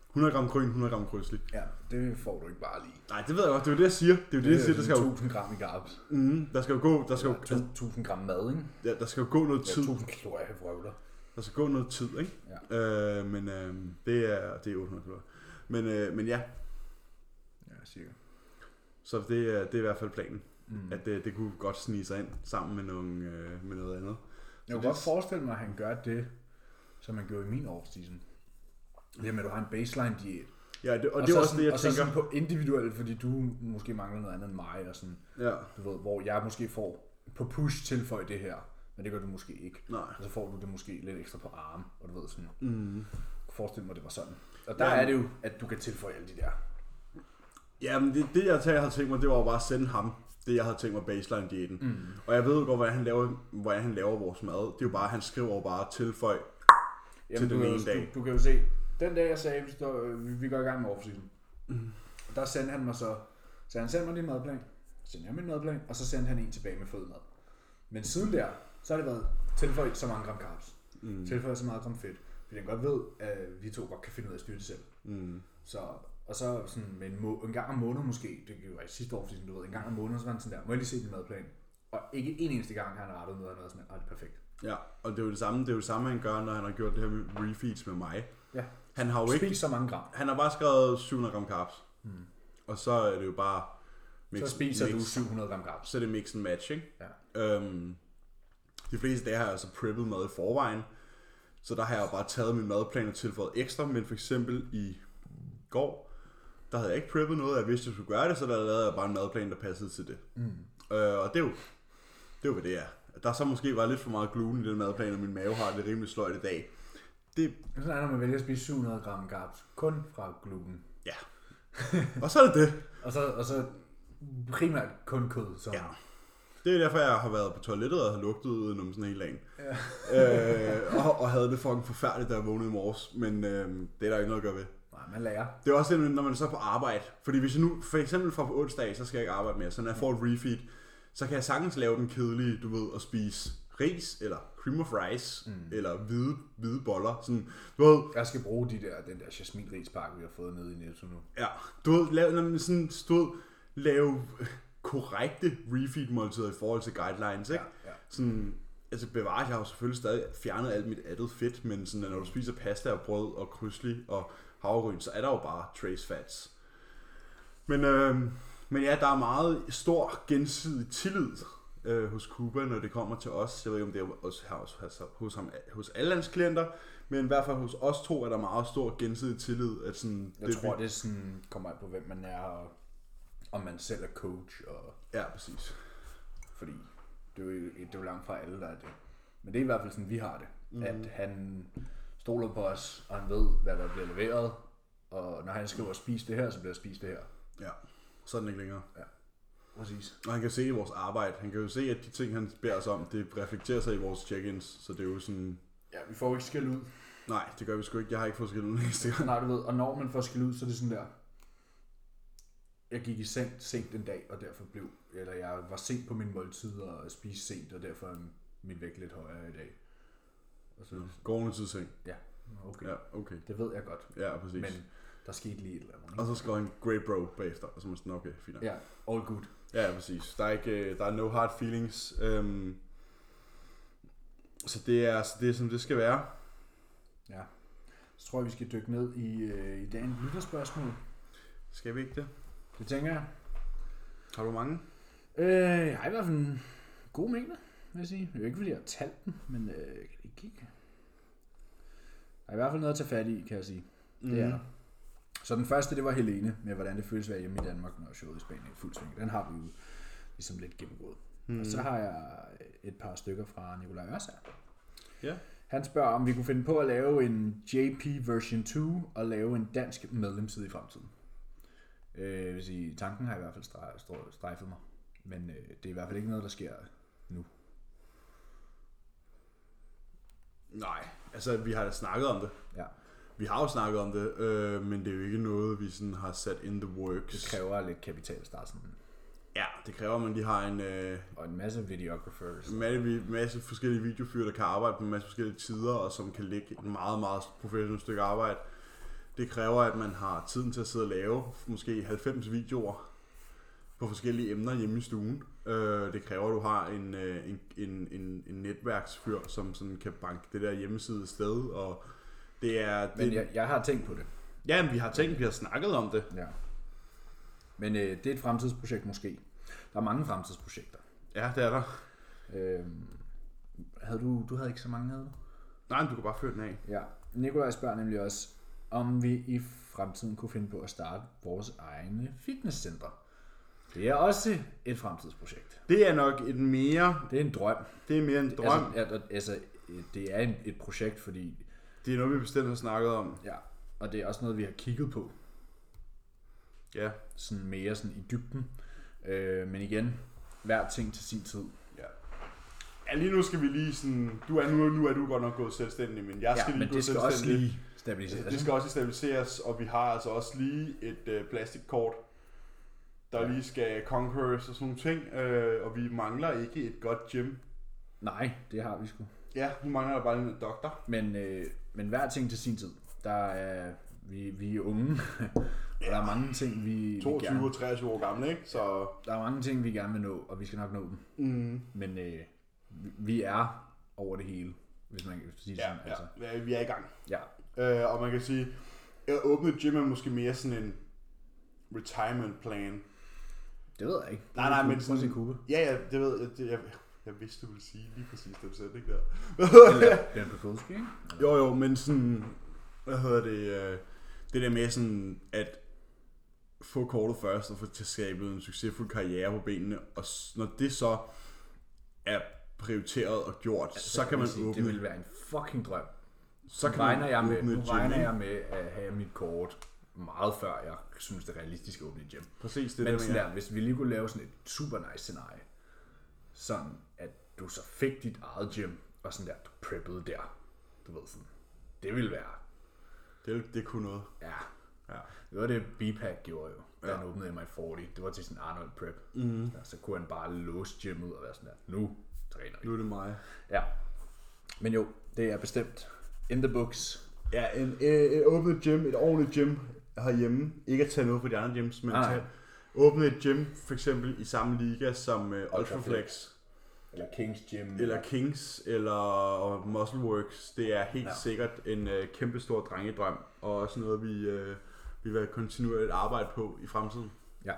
Speaker 2: 100 gram grøn, 100 gram krydslig.
Speaker 1: Ja, det får du ikke bare lige.
Speaker 2: Nej, det ved jeg godt, det er jo det, jeg siger. Det er jo det, jeg siger, der skal jo,
Speaker 1: 1000 gram i carbs.
Speaker 2: mm, der skal jo gå, der skal jo,
Speaker 1: Altså, 1000 gram mad, ikke?
Speaker 2: der, der skal jo gå noget
Speaker 1: Ja,
Speaker 2: tid.
Speaker 1: 1000 kalorier i vrøvler.
Speaker 2: Der skal gå noget tid, ikke? Ja. Øh, men øh, det, er, det er 800 kalorier. Men, øh, men ja,
Speaker 1: Ja, cirka.
Speaker 2: så det, er- det er i hvert fald planen. Mm. At det, det kunne godt snige sig ind sammen med, nogle, øh, med noget andet.
Speaker 1: Jeg kunne godt forestille mig, at han gør det, som han gjorde i min off-season. Det er med, at du har en baseline-diæt.
Speaker 2: Ja, det, og, og det er
Speaker 1: så
Speaker 2: også
Speaker 1: sådan,
Speaker 2: det, jeg
Speaker 1: og så
Speaker 2: tænker.
Speaker 1: sådan på individuelt, fordi du måske mangler noget andet end mig, og sådan,
Speaker 2: Ja,
Speaker 1: du ved, hvor jeg måske får på push tilføj det her, men det gør du måske ikke.
Speaker 2: nej.
Speaker 1: Og så får du det måske lidt ekstra på arm, og du ved sådan, jeg
Speaker 2: Mm.
Speaker 1: kunne forestille mig, at det var sådan. Og der
Speaker 2: Ja.
Speaker 1: er det jo, at du kan tilføje alle de der.
Speaker 2: Ja, men det, det jeg tager, havde tænkt mig, det var jo bare at sende ham det, jeg havde tænkt mig baseline-diæten. Mm. Og jeg ved jo godt, hvordan han, laver, hvordan han laver vores mad. Det er jo bare, han skriver jo bare tilføj. Til
Speaker 1: du,
Speaker 2: den
Speaker 1: kan
Speaker 2: ene
Speaker 1: jo,
Speaker 2: dag.
Speaker 1: Du, du, kan jo se, den dag jeg sagde, vi, står, øh, vi, vi går i gang med offseason, mm. der sendte han mig så, så han sendte mig din madplan, så sendte jeg min madplan, og så sendte han en tilbage med fed mad. Men siden der, så har det været tilføj så mange gram carbs, mm. tilføj så meget gram fedt, fordi han godt ved, at vi to godt kan finde ud af at styre det selv.
Speaker 2: Mm.
Speaker 1: Så, og så sådan med en, må- en gang om måneden måske, det var i sidste år, fordi du ved, en gang om måneden, så var han sådan der, må jeg lige se din madplan? Og ikke en eneste gang har han rettet noget, og han har været sådan, "Ah, det er perfekt.
Speaker 2: Ja, og det er jo det samme, det er jo det samme, han gør, når han har gjort det her med refeeds med mig.
Speaker 1: Ja.
Speaker 2: Han har jo ikke
Speaker 1: Spis så mange gram.
Speaker 2: Han har bare skrevet 700 gram carbs. Mm. Og så er det jo bare... Mix,
Speaker 1: Så spiser
Speaker 2: mix,
Speaker 1: du 700 gram carbs.
Speaker 2: Så er det mix and match, ikke?
Speaker 1: Ja.
Speaker 2: Øhm, de fleste dage har jeg så preppet mad i forvejen. Så der har jeg bare taget min madplan og tilføjet ekstra. Men for eksempel i går, der havde jeg ikke preppet noget. Jeg vidste, jeg skulle gøre det, så der lavede jeg bare en madplan, der passede til det. Mm. Øh, og det er jo, det er jo, hvad det er. Der så måske var lidt for meget gluten i den madplan, og min mave har det rimelig sløjt i dag. Det,
Speaker 1: Sådan er det, når man vælger at spise 700 gram carbs, kun fra gluten.
Speaker 2: ja. og så er det det.
Speaker 1: Og så, og så primært kun kød. Så.
Speaker 2: Ja. Det er derfor, jeg har været på toilettet og har lugtet udenom sådan hele dagen.
Speaker 1: Ja.
Speaker 2: øh, og, og havde det fucking forfærdeligt, da jeg vågnede i morges. Men øh, det er der jo ikke noget at gøre ved.
Speaker 1: Nej, man lærer.
Speaker 2: Det er også det, når man så er på arbejde. Fordi hvis jeg nu, for eksempel fra på onsdag, så skal jeg ikke arbejde mere. Så når jeg får et refeed, så kan jeg sagtens lave den kedelige, du ved, at spise ris, eller cream of rice, mm. eller hvide, hvide boller. Sådan, du ved,
Speaker 1: Jeg skal bruge de der, den der jasminrispakke, vi har fået nede i Netto nu.
Speaker 2: Ja, du ved, lave, når man sådan stod, lave korrekte refeed måltider i forhold til guidelines, ikke?
Speaker 1: Ja, ja.
Speaker 2: Sådan, altså bevares, jeg har jo selvfølgelig stadig fjernet alt mit andet fedt, men sådan, at når du spiser pasta og brød og krydsli og havregryn, så er der jo bare trace fats. Men, øh, men ja, der er meget stor gensidig tillid øh, hos Cuba, når det kommer til os. Jeg ved ikke, om det er hos, hos, hos, hos, ham, hos alle hans klienter, men i hvert fald hos os to er der meget stor gensidig tillid. At sådan,
Speaker 1: Jeg det tror, det sådan kommer an på, hvem man er og, om man selv er coach, og,
Speaker 2: Ja, præcis.
Speaker 1: fordi det er, jo, det er jo langt fra alle, der er det. Men det er i hvert fald sådan, vi har det. Mm. At han stoler på os, og han ved, hvad der bliver leveret. Og når han skriver, spis det her, så bliver der spist det her.
Speaker 2: Ja, så er den ikke længere.
Speaker 1: Præcis.
Speaker 2: Og han kan se i vores arbejde, han kan jo se, at de ting, han beder os om, det reflekterer sig i vores check-ins, så det er jo sådan,
Speaker 1: Ja, vi får jo ikke skæld ud.
Speaker 2: nej, det gør vi sgu ikke, jeg har ikke fået skilt ud næste gang.
Speaker 1: Nej, du ved. Og når man får skæld ud, så er det sådan der. Jeg gik i seng sent den dag, og derfor blev... Eller jeg var sent på min måltid og spiste sent, og derfor er min vægt lidt højere i dag. Og så,
Speaker 2: Gående tidsseng.
Speaker 1: ja, okay. Mm. Ja.
Speaker 2: Ja, okay.
Speaker 1: Det ved jeg godt.
Speaker 2: Ja, præcis.
Speaker 1: Men der skete lige et eller andet. ikke?
Speaker 2: Og så skrev han great bro bagefter, og så var jeg sådan, okay, fint. nok.
Speaker 1: Altså, Ja, all good.
Speaker 2: Ja, præcis. Der er, ikke, øh, der er no hard feelings. Øhm, så det er, så det er, som det skal være.
Speaker 1: Ja. Så tror jeg, vi skal dykke ned i, øh, i dagens lytterspørgsmål.
Speaker 2: Skal vi ikke det?
Speaker 1: Det tænker jeg.
Speaker 2: Har du mange?
Speaker 1: Øh, jeg har i hvert fald en god mængde, vil jeg sige. Det er jo ikke, fordi jeg har talt den, men øh, jeg kan ikke kigge. Der er i hvert fald noget at tage fat i, kan jeg sige. Mm. Det er
Speaker 2: Mhm.
Speaker 1: der. Så den første, det var Helene, med hvordan det føles at være hjemme i Danmark, når showet i Spanien er i fuld sving. Den har vi jo ligesom lidt gennemgået. Mm. Og så har jeg et par stykker fra Nikolaj Ørsager.
Speaker 2: Ja.
Speaker 1: Han spørger, om vi kunne finde på at lave en JP version 2 og lave en dansk medlemsside i fremtiden. Øh, vil sige, tanken har i hvert fald stre- stre- strejfet mig. Men øh, det er i hvert fald ikke noget, der sker nu.
Speaker 2: Nej, altså vi har da snakket om det.
Speaker 1: Ja,
Speaker 2: Vi har jo snakket om det, øh, men det er jo ikke noget, vi sådan har sat in the works.
Speaker 1: det kræver lidt kapital at starte sådan.
Speaker 2: Ja, det kræver, at man lige har en øh,
Speaker 1: Og en masse videographers.
Speaker 2: masse, masse forskellige videofyr, der kan arbejde på en masse forskellige tider, og som kan lægge et meget, meget professionelt stykke arbejde. Det kræver, at man har tiden til at sidde og lave måske 90 videoer på forskellige emner hjemme i stuen. Øh, det kræver, at du har en, øh, en, en, en, en netværksfyr, som sådan kan banke det der hjemmeside af sted, og det er... Det,
Speaker 1: Men jeg, jeg har tænkt på det.
Speaker 2: Ja, men vi har tænkt, vi har snakket om det.
Speaker 1: Ja. Men øh, det er et fremtidsprojekt måske. Der er mange fremtidsprojekter.
Speaker 2: Ja, det er der.
Speaker 1: Øh, havde du, du havde ikke så mange, havde du?
Speaker 2: Nej, men du kan bare føre den af.
Speaker 1: Ja, Nikolaj spørger nemlig også, om vi i fremtiden kunne finde på at starte vores egne fitnesscenter. Det er også et fremtidsprojekt.
Speaker 2: Det er nok et mere...
Speaker 1: Det er en drøm.
Speaker 2: Det er mere en drøm.
Speaker 1: Altså, at- at- altså det er en, et projekt, fordi...
Speaker 2: Det er noget, vi bestemt har snakket om.
Speaker 1: Ja, og det er også noget, vi har kigget på.
Speaker 2: Ja.
Speaker 1: Sådan mere sådan i dybden. Øh, men igen, hver ting til sin tid.
Speaker 2: ja. Ja, lige nu skal vi lige sådan... Du er nu, nu er du godt nok gået selvstændig, men jeg skal
Speaker 1: Ja,
Speaker 2: lige
Speaker 1: men
Speaker 2: gå
Speaker 1: det skal også
Speaker 2: selvstændig.
Speaker 1: lige stabiliseres.
Speaker 2: Det skal også stabiliseres, og vi har altså også lige et øh, plastikkort, der lige skal conquers og sådan nogle ting, øh, og vi mangler ikke et godt gym.
Speaker 1: Nej, det har vi sgu.
Speaker 2: Ja, nu mangler der bare lige en doktor.
Speaker 1: Men, øh, men hver ting til sin tid. Der er, vi, vi er unge, og der er mange ting, vi, vi
Speaker 2: 22
Speaker 1: gerne,
Speaker 2: og 23 år gammel, ikke? Så
Speaker 1: der er mange ting, vi gerne vil nå, og vi skal nok nå dem.
Speaker 2: mm,
Speaker 1: Men øh, vi- vi er over det hele, hvis man kan sige det
Speaker 2: ja,
Speaker 1: sådan. altså.
Speaker 2: ja, ja, vi er i gang.
Speaker 1: ja.
Speaker 2: Øh, og man kan sige, at åbne et gym er måske mere sådan en retirement plan.
Speaker 1: Det ved jeg ikke.
Speaker 2: Nej, nej, men
Speaker 1: Prøv at se
Speaker 2: sådan-
Speaker 1: Kube.
Speaker 2: Ja, ja, det ved jeg. Det, jeg, jeg vidste, du ville sige lige præcis den sætning der.
Speaker 1: Den på Kulski, ikke?
Speaker 2: jo, jo, men sådan, hvad hedder det, øh, det der med sådan, at få kortet først og få til skabet en succesfuld karriere på benene, og s- når det så er prioriteret og gjort, altså, så kan man
Speaker 1: sige,
Speaker 2: åbne,
Speaker 1: Det ville være en fucking drøm.
Speaker 2: så
Speaker 1: Nu
Speaker 2: kan
Speaker 1: regner, jeg med,
Speaker 2: åbne et
Speaker 1: nu
Speaker 2: gym,
Speaker 1: regner
Speaker 2: ikke?
Speaker 1: jeg med at have mit kort meget før jeg synes, det er realistisk at åbne et gym.
Speaker 2: Præcis, det er
Speaker 1: Men
Speaker 2: det, jeg
Speaker 1: sådan
Speaker 2: mener.
Speaker 1: der, hvis vi lige kunne lave sådan et super nice scenarie, sådan at du så fik dit eget gym, og sådan der, du preppede der. Du ved sådan, det ville være,
Speaker 2: Det, det kunne noget.
Speaker 1: ja.
Speaker 2: Ja.
Speaker 1: Det var det, BPAC gjorde jo, da ja. han åbnede MI40. Det var til sådan Arnold Prep.
Speaker 2: Mhm.
Speaker 1: Mm. Ja, så kunne han bare låse gymmet og være sådan der, nu træner vi.
Speaker 2: Nu er det mig.
Speaker 1: Ja. Men jo, det er bestemt in the books.
Speaker 2: Ja, en, øh, et åbnet gym, et ordentligt gym herhjemme. Ikke at tage noget fra de andre gyms, men
Speaker 1: Nej.
Speaker 2: tage, åbne et gym for eksempel i samme liga som øh, Ultraflex
Speaker 1: Eller Kings Gym.
Speaker 2: eller Kings eller Muscleworks. Det er helt ja. sikkert en øh, kæmpestor drengedrøm, og også noget, vi, øh, vi vil kontinuerligt arbejde på i fremtiden.
Speaker 1: Ja,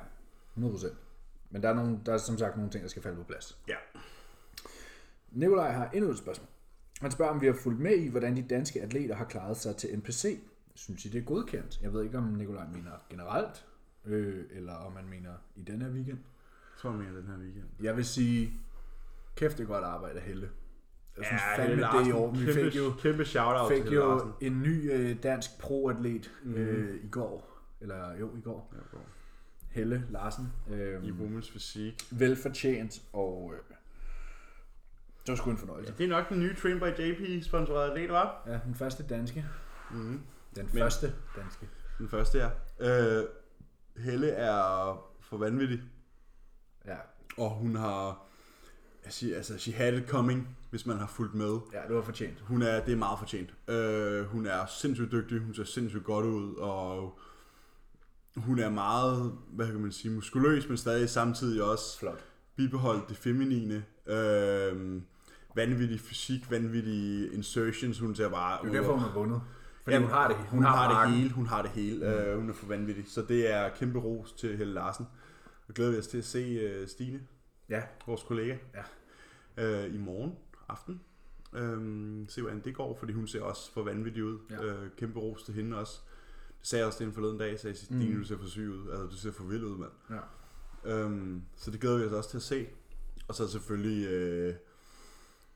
Speaker 1: 100%. Men der er, nogle, der er som sagt nogle ting, der skal falde på plads.
Speaker 2: Ja.
Speaker 1: Nikolaj har endnu et spørgsmål. Han spørger, om vi har fulgt med i, hvordan de danske atleter har klaret sig til NPC. Synes I, det er godkendt? Jeg ved ikke, om Nikolaj mener generelt, øh, eller om man mener i den her weekend.
Speaker 2: Jeg tror, jeg mener den her weekend.
Speaker 1: Jeg vil sige, kæft det er godt arbejde af Helle. Jeg synes ja, fandme,
Speaker 2: Helle
Speaker 1: det er i
Speaker 2: Larsen.
Speaker 1: orden. Vi
Speaker 2: Kæmpe,
Speaker 1: fik jo,
Speaker 2: kæmpe shout-out til
Speaker 1: fik
Speaker 2: Helle
Speaker 1: jo
Speaker 2: Larsen. Mhm.
Speaker 1: en ny øh, dansk pro-atlet øh, i går. Eller jo, i går.
Speaker 2: Ja, bro.
Speaker 1: Helle Larsen. Øh,
Speaker 2: I Women's Physique.
Speaker 1: velfortjent, og øh, det var sgu en fornøjelse.
Speaker 2: Det er nok den nye Train by JP sponsorerede atlet, var.
Speaker 1: Ja, den første danske.
Speaker 2: Mm-hmm.
Speaker 1: Den Men. første danske.
Speaker 2: Den første, ja. Øh, Helle er for vanvittig.
Speaker 1: Ja.
Speaker 2: Og hun har... Jeg siger, altså, she had it coming, hvis man har fulgt med.
Speaker 1: ja, det var fortjent.
Speaker 2: Hun er, det er meget fortjent. Øh, hun er sindssygt dygtig, hun ser sindssygt godt ud, og hun er meget, hvad kan man sige, muskuløs, men stadig samtidig også
Speaker 1: Flot.
Speaker 2: bibeholdt det feminine. Øh, vanvittig fysik, vanvittige insertions, hun ser bare...
Speaker 1: Det er jo derfor, hun har vundet. Fordi Jamen, hun har det.
Speaker 2: Hun, hun har, har det
Speaker 1: marken.
Speaker 2: hele, hun har det hele. Mm. Øh, hun er for vanvittig. Så det er kæmpe ros til Helle Larsen. Og glæder vi os til at se øh, Stine,
Speaker 1: Ja,
Speaker 2: vores kollega,
Speaker 1: Ja.
Speaker 2: øh, i morgen aften. Øhm, se hvordan det går, fordi hun ser også for vanvittig ud.
Speaker 1: Ja.
Speaker 2: Ja. Øh, kæmpe ros til hende også. Det sagde jeg også til hende forleden dag, sagde jeg, Stine, du ser for syg ud. Altså, du ser for vild ud, mand.
Speaker 1: ja.
Speaker 2: Øhm, så det glæder vi os også til at se. Og så selvfølgelig øh,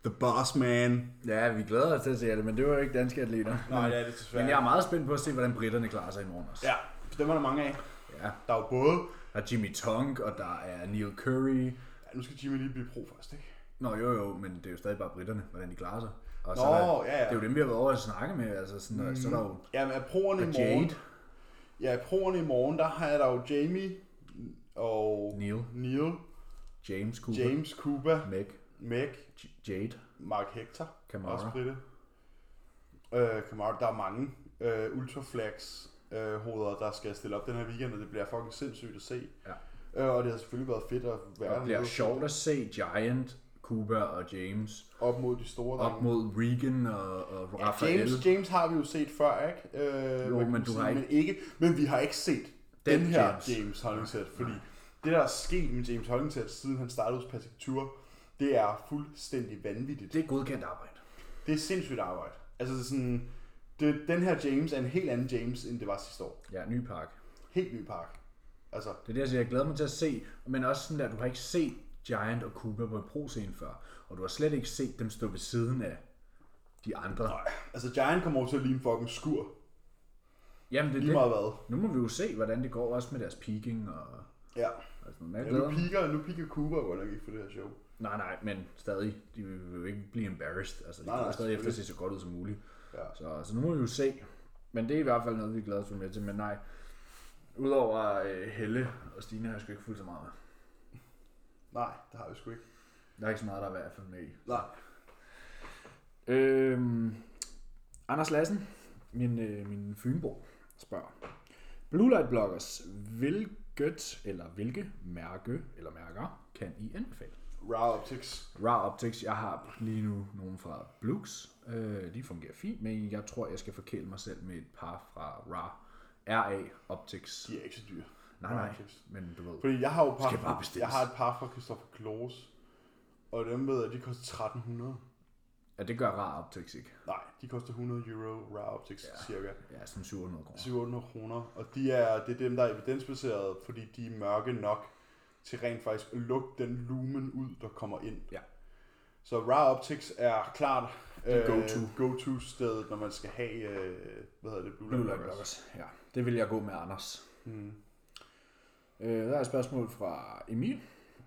Speaker 2: The Boss Man.
Speaker 1: Ja, vi glæder os til at se det, men det var jo ikke danske atleter.
Speaker 2: er det
Speaker 1: men jeg er meget spændt på at se, hvordan britterne klarer sig i morgen også.
Speaker 2: Ja, dem er der mange af.
Speaker 1: ja.
Speaker 2: Der er jo både...
Speaker 1: Der er Jimmy Tong, og der er Neil Curry.
Speaker 2: Ja, nu skal Jimmy lige blive pro først, ikke?
Speaker 1: Nå jo jo, men det er jo stadig bare britterne, hvordan de klarer sig. Og så
Speaker 2: Nå,
Speaker 1: er, der-
Speaker 2: ja, ja.
Speaker 1: Det er jo dem, vi har været over at snakke med. Altså, sådan, mm. Så er der jo
Speaker 2: Ja, men er proerne Mm. i
Speaker 1: Og
Speaker 2: morgen...
Speaker 1: Jade.
Speaker 2: Ja, er proerne i morgen, der har jeg der jo Jamie og
Speaker 1: Neil,
Speaker 2: Neil,
Speaker 1: James Cooper, James.
Speaker 2: James Cooper,
Speaker 1: Meg,
Speaker 2: Meg,
Speaker 1: J- Jade.
Speaker 2: Mark Hector,
Speaker 1: Kamara.
Speaker 2: også Britte. Øh, Kamara, der er mange øh, ultraflax øh, hoveder, der skal stille op den her weekend, og det bliver fucking sindssygt at se.
Speaker 1: Ja.
Speaker 2: Øh, og det har selvfølgelig været fedt at være
Speaker 1: Det bliver
Speaker 2: dernede
Speaker 1: sjovt at se Giant, Cooper og James
Speaker 2: op mod de store
Speaker 1: op
Speaker 2: drenge.
Speaker 1: mod Regan og, og Raphael.
Speaker 2: James, James har vi jo set før, ikke? Øh, hvad kan
Speaker 1: men
Speaker 2: man
Speaker 1: du
Speaker 2: sige,
Speaker 1: har ikke-
Speaker 2: men ikke... Men vi har ikke set
Speaker 1: Den
Speaker 2: den, den her
Speaker 1: James.
Speaker 2: James, James Hollingshead, fordi det, der er sket med James Hollingshead, siden han startede hos Patrick Tour, det er fuldstændig vanvittigt. Det,
Speaker 1: Det er godkendt arbejde.
Speaker 2: det er sindssygt arbejde. Altså det er sådan... Det, den her James er en helt anden James, end det var sidste år.
Speaker 1: Ja, ny park.
Speaker 2: Helt ny park. Altså,
Speaker 1: Det er det, jeg siger. Jeg glæder mig til at se. Men også sådan der, du har ikke set Giant og Cooper på en pro-scene før. Og du har slet ikke set dem stå ved siden af de andre. Nej.
Speaker 2: altså Giant kommer over til at ligne fucking skur.
Speaker 1: Jamen, det
Speaker 2: Lige
Speaker 1: er
Speaker 2: meget
Speaker 1: det.
Speaker 2: hvad.
Speaker 1: Nu må vi jo se, hvordan det går også med deres peaking og,
Speaker 2: Ja.
Speaker 1: og sådan noget. Men jeg
Speaker 2: ja
Speaker 1: glæder
Speaker 2: nu,
Speaker 1: mig.
Speaker 2: piker, nu piker Cooper godt nok ikke for det her show.
Speaker 1: Nej, nej, men stadig. De vil jo ikke blive embarrassed. Altså, de
Speaker 2: Nej,
Speaker 1: går
Speaker 2: nej,
Speaker 1: stadig efter at se
Speaker 2: selvfølgelig.
Speaker 1: så godt ud som muligt.
Speaker 2: Ja.
Speaker 1: Så, så nu må vi jo se. Men det er i hvert fald noget, vi glæder os med til. Men nej, udover øh, Helle og Stine har jeg sgu ikke fuldt så meget med.
Speaker 2: Nej, det har vi sgu ikke.
Speaker 1: Der er ikke så meget, der er værd at følge med i.
Speaker 2: Nej.
Speaker 1: Øhm, Anders Lassen, min, øh, min Fynbo, spørger. Blue Light Bloggers, hvilket eller hvilke mærke eller mærker kan I anbefale?
Speaker 2: Raw Optics.
Speaker 1: Raw Optics, jeg har lige nu nogle fra Blux. Øh, de fungerer fint, men jeg tror, jeg skal forkæle mig selv med et par fra Raw. RA Optics.
Speaker 2: De er ikke så dyre.
Speaker 1: Nej, nej,
Speaker 2: Optics.
Speaker 1: men du ved.
Speaker 2: Fordi jeg har jo
Speaker 1: Skal bare
Speaker 2: par,
Speaker 1: bestilles.
Speaker 2: jeg har et par fra Christopher Klose, og dem ved jeg, de koster 1300.
Speaker 1: Ja, det gør Raw Optics ikke.
Speaker 2: Nej, de koster 100 euro raw optics ja. cirka.
Speaker 1: Ja, sådan 700 kroner.
Speaker 2: 700 kroner, og de er, det er dem, der er evidensbaserede, fordi de er mørke nok til rent faktisk at lukke den lumen ud, der kommer ind.
Speaker 1: Ja.
Speaker 2: Så raw optics er klart øh,
Speaker 1: go-to.
Speaker 2: go-to stedet, når man skal have, øh, hvad hedder det, blue,
Speaker 1: Blue
Speaker 2: Light
Speaker 1: Light
Speaker 2: Blockers.
Speaker 1: Blockers. Ja, det vil jeg gå med Anders. Mm. Øh, der er et spørgsmål fra Emil,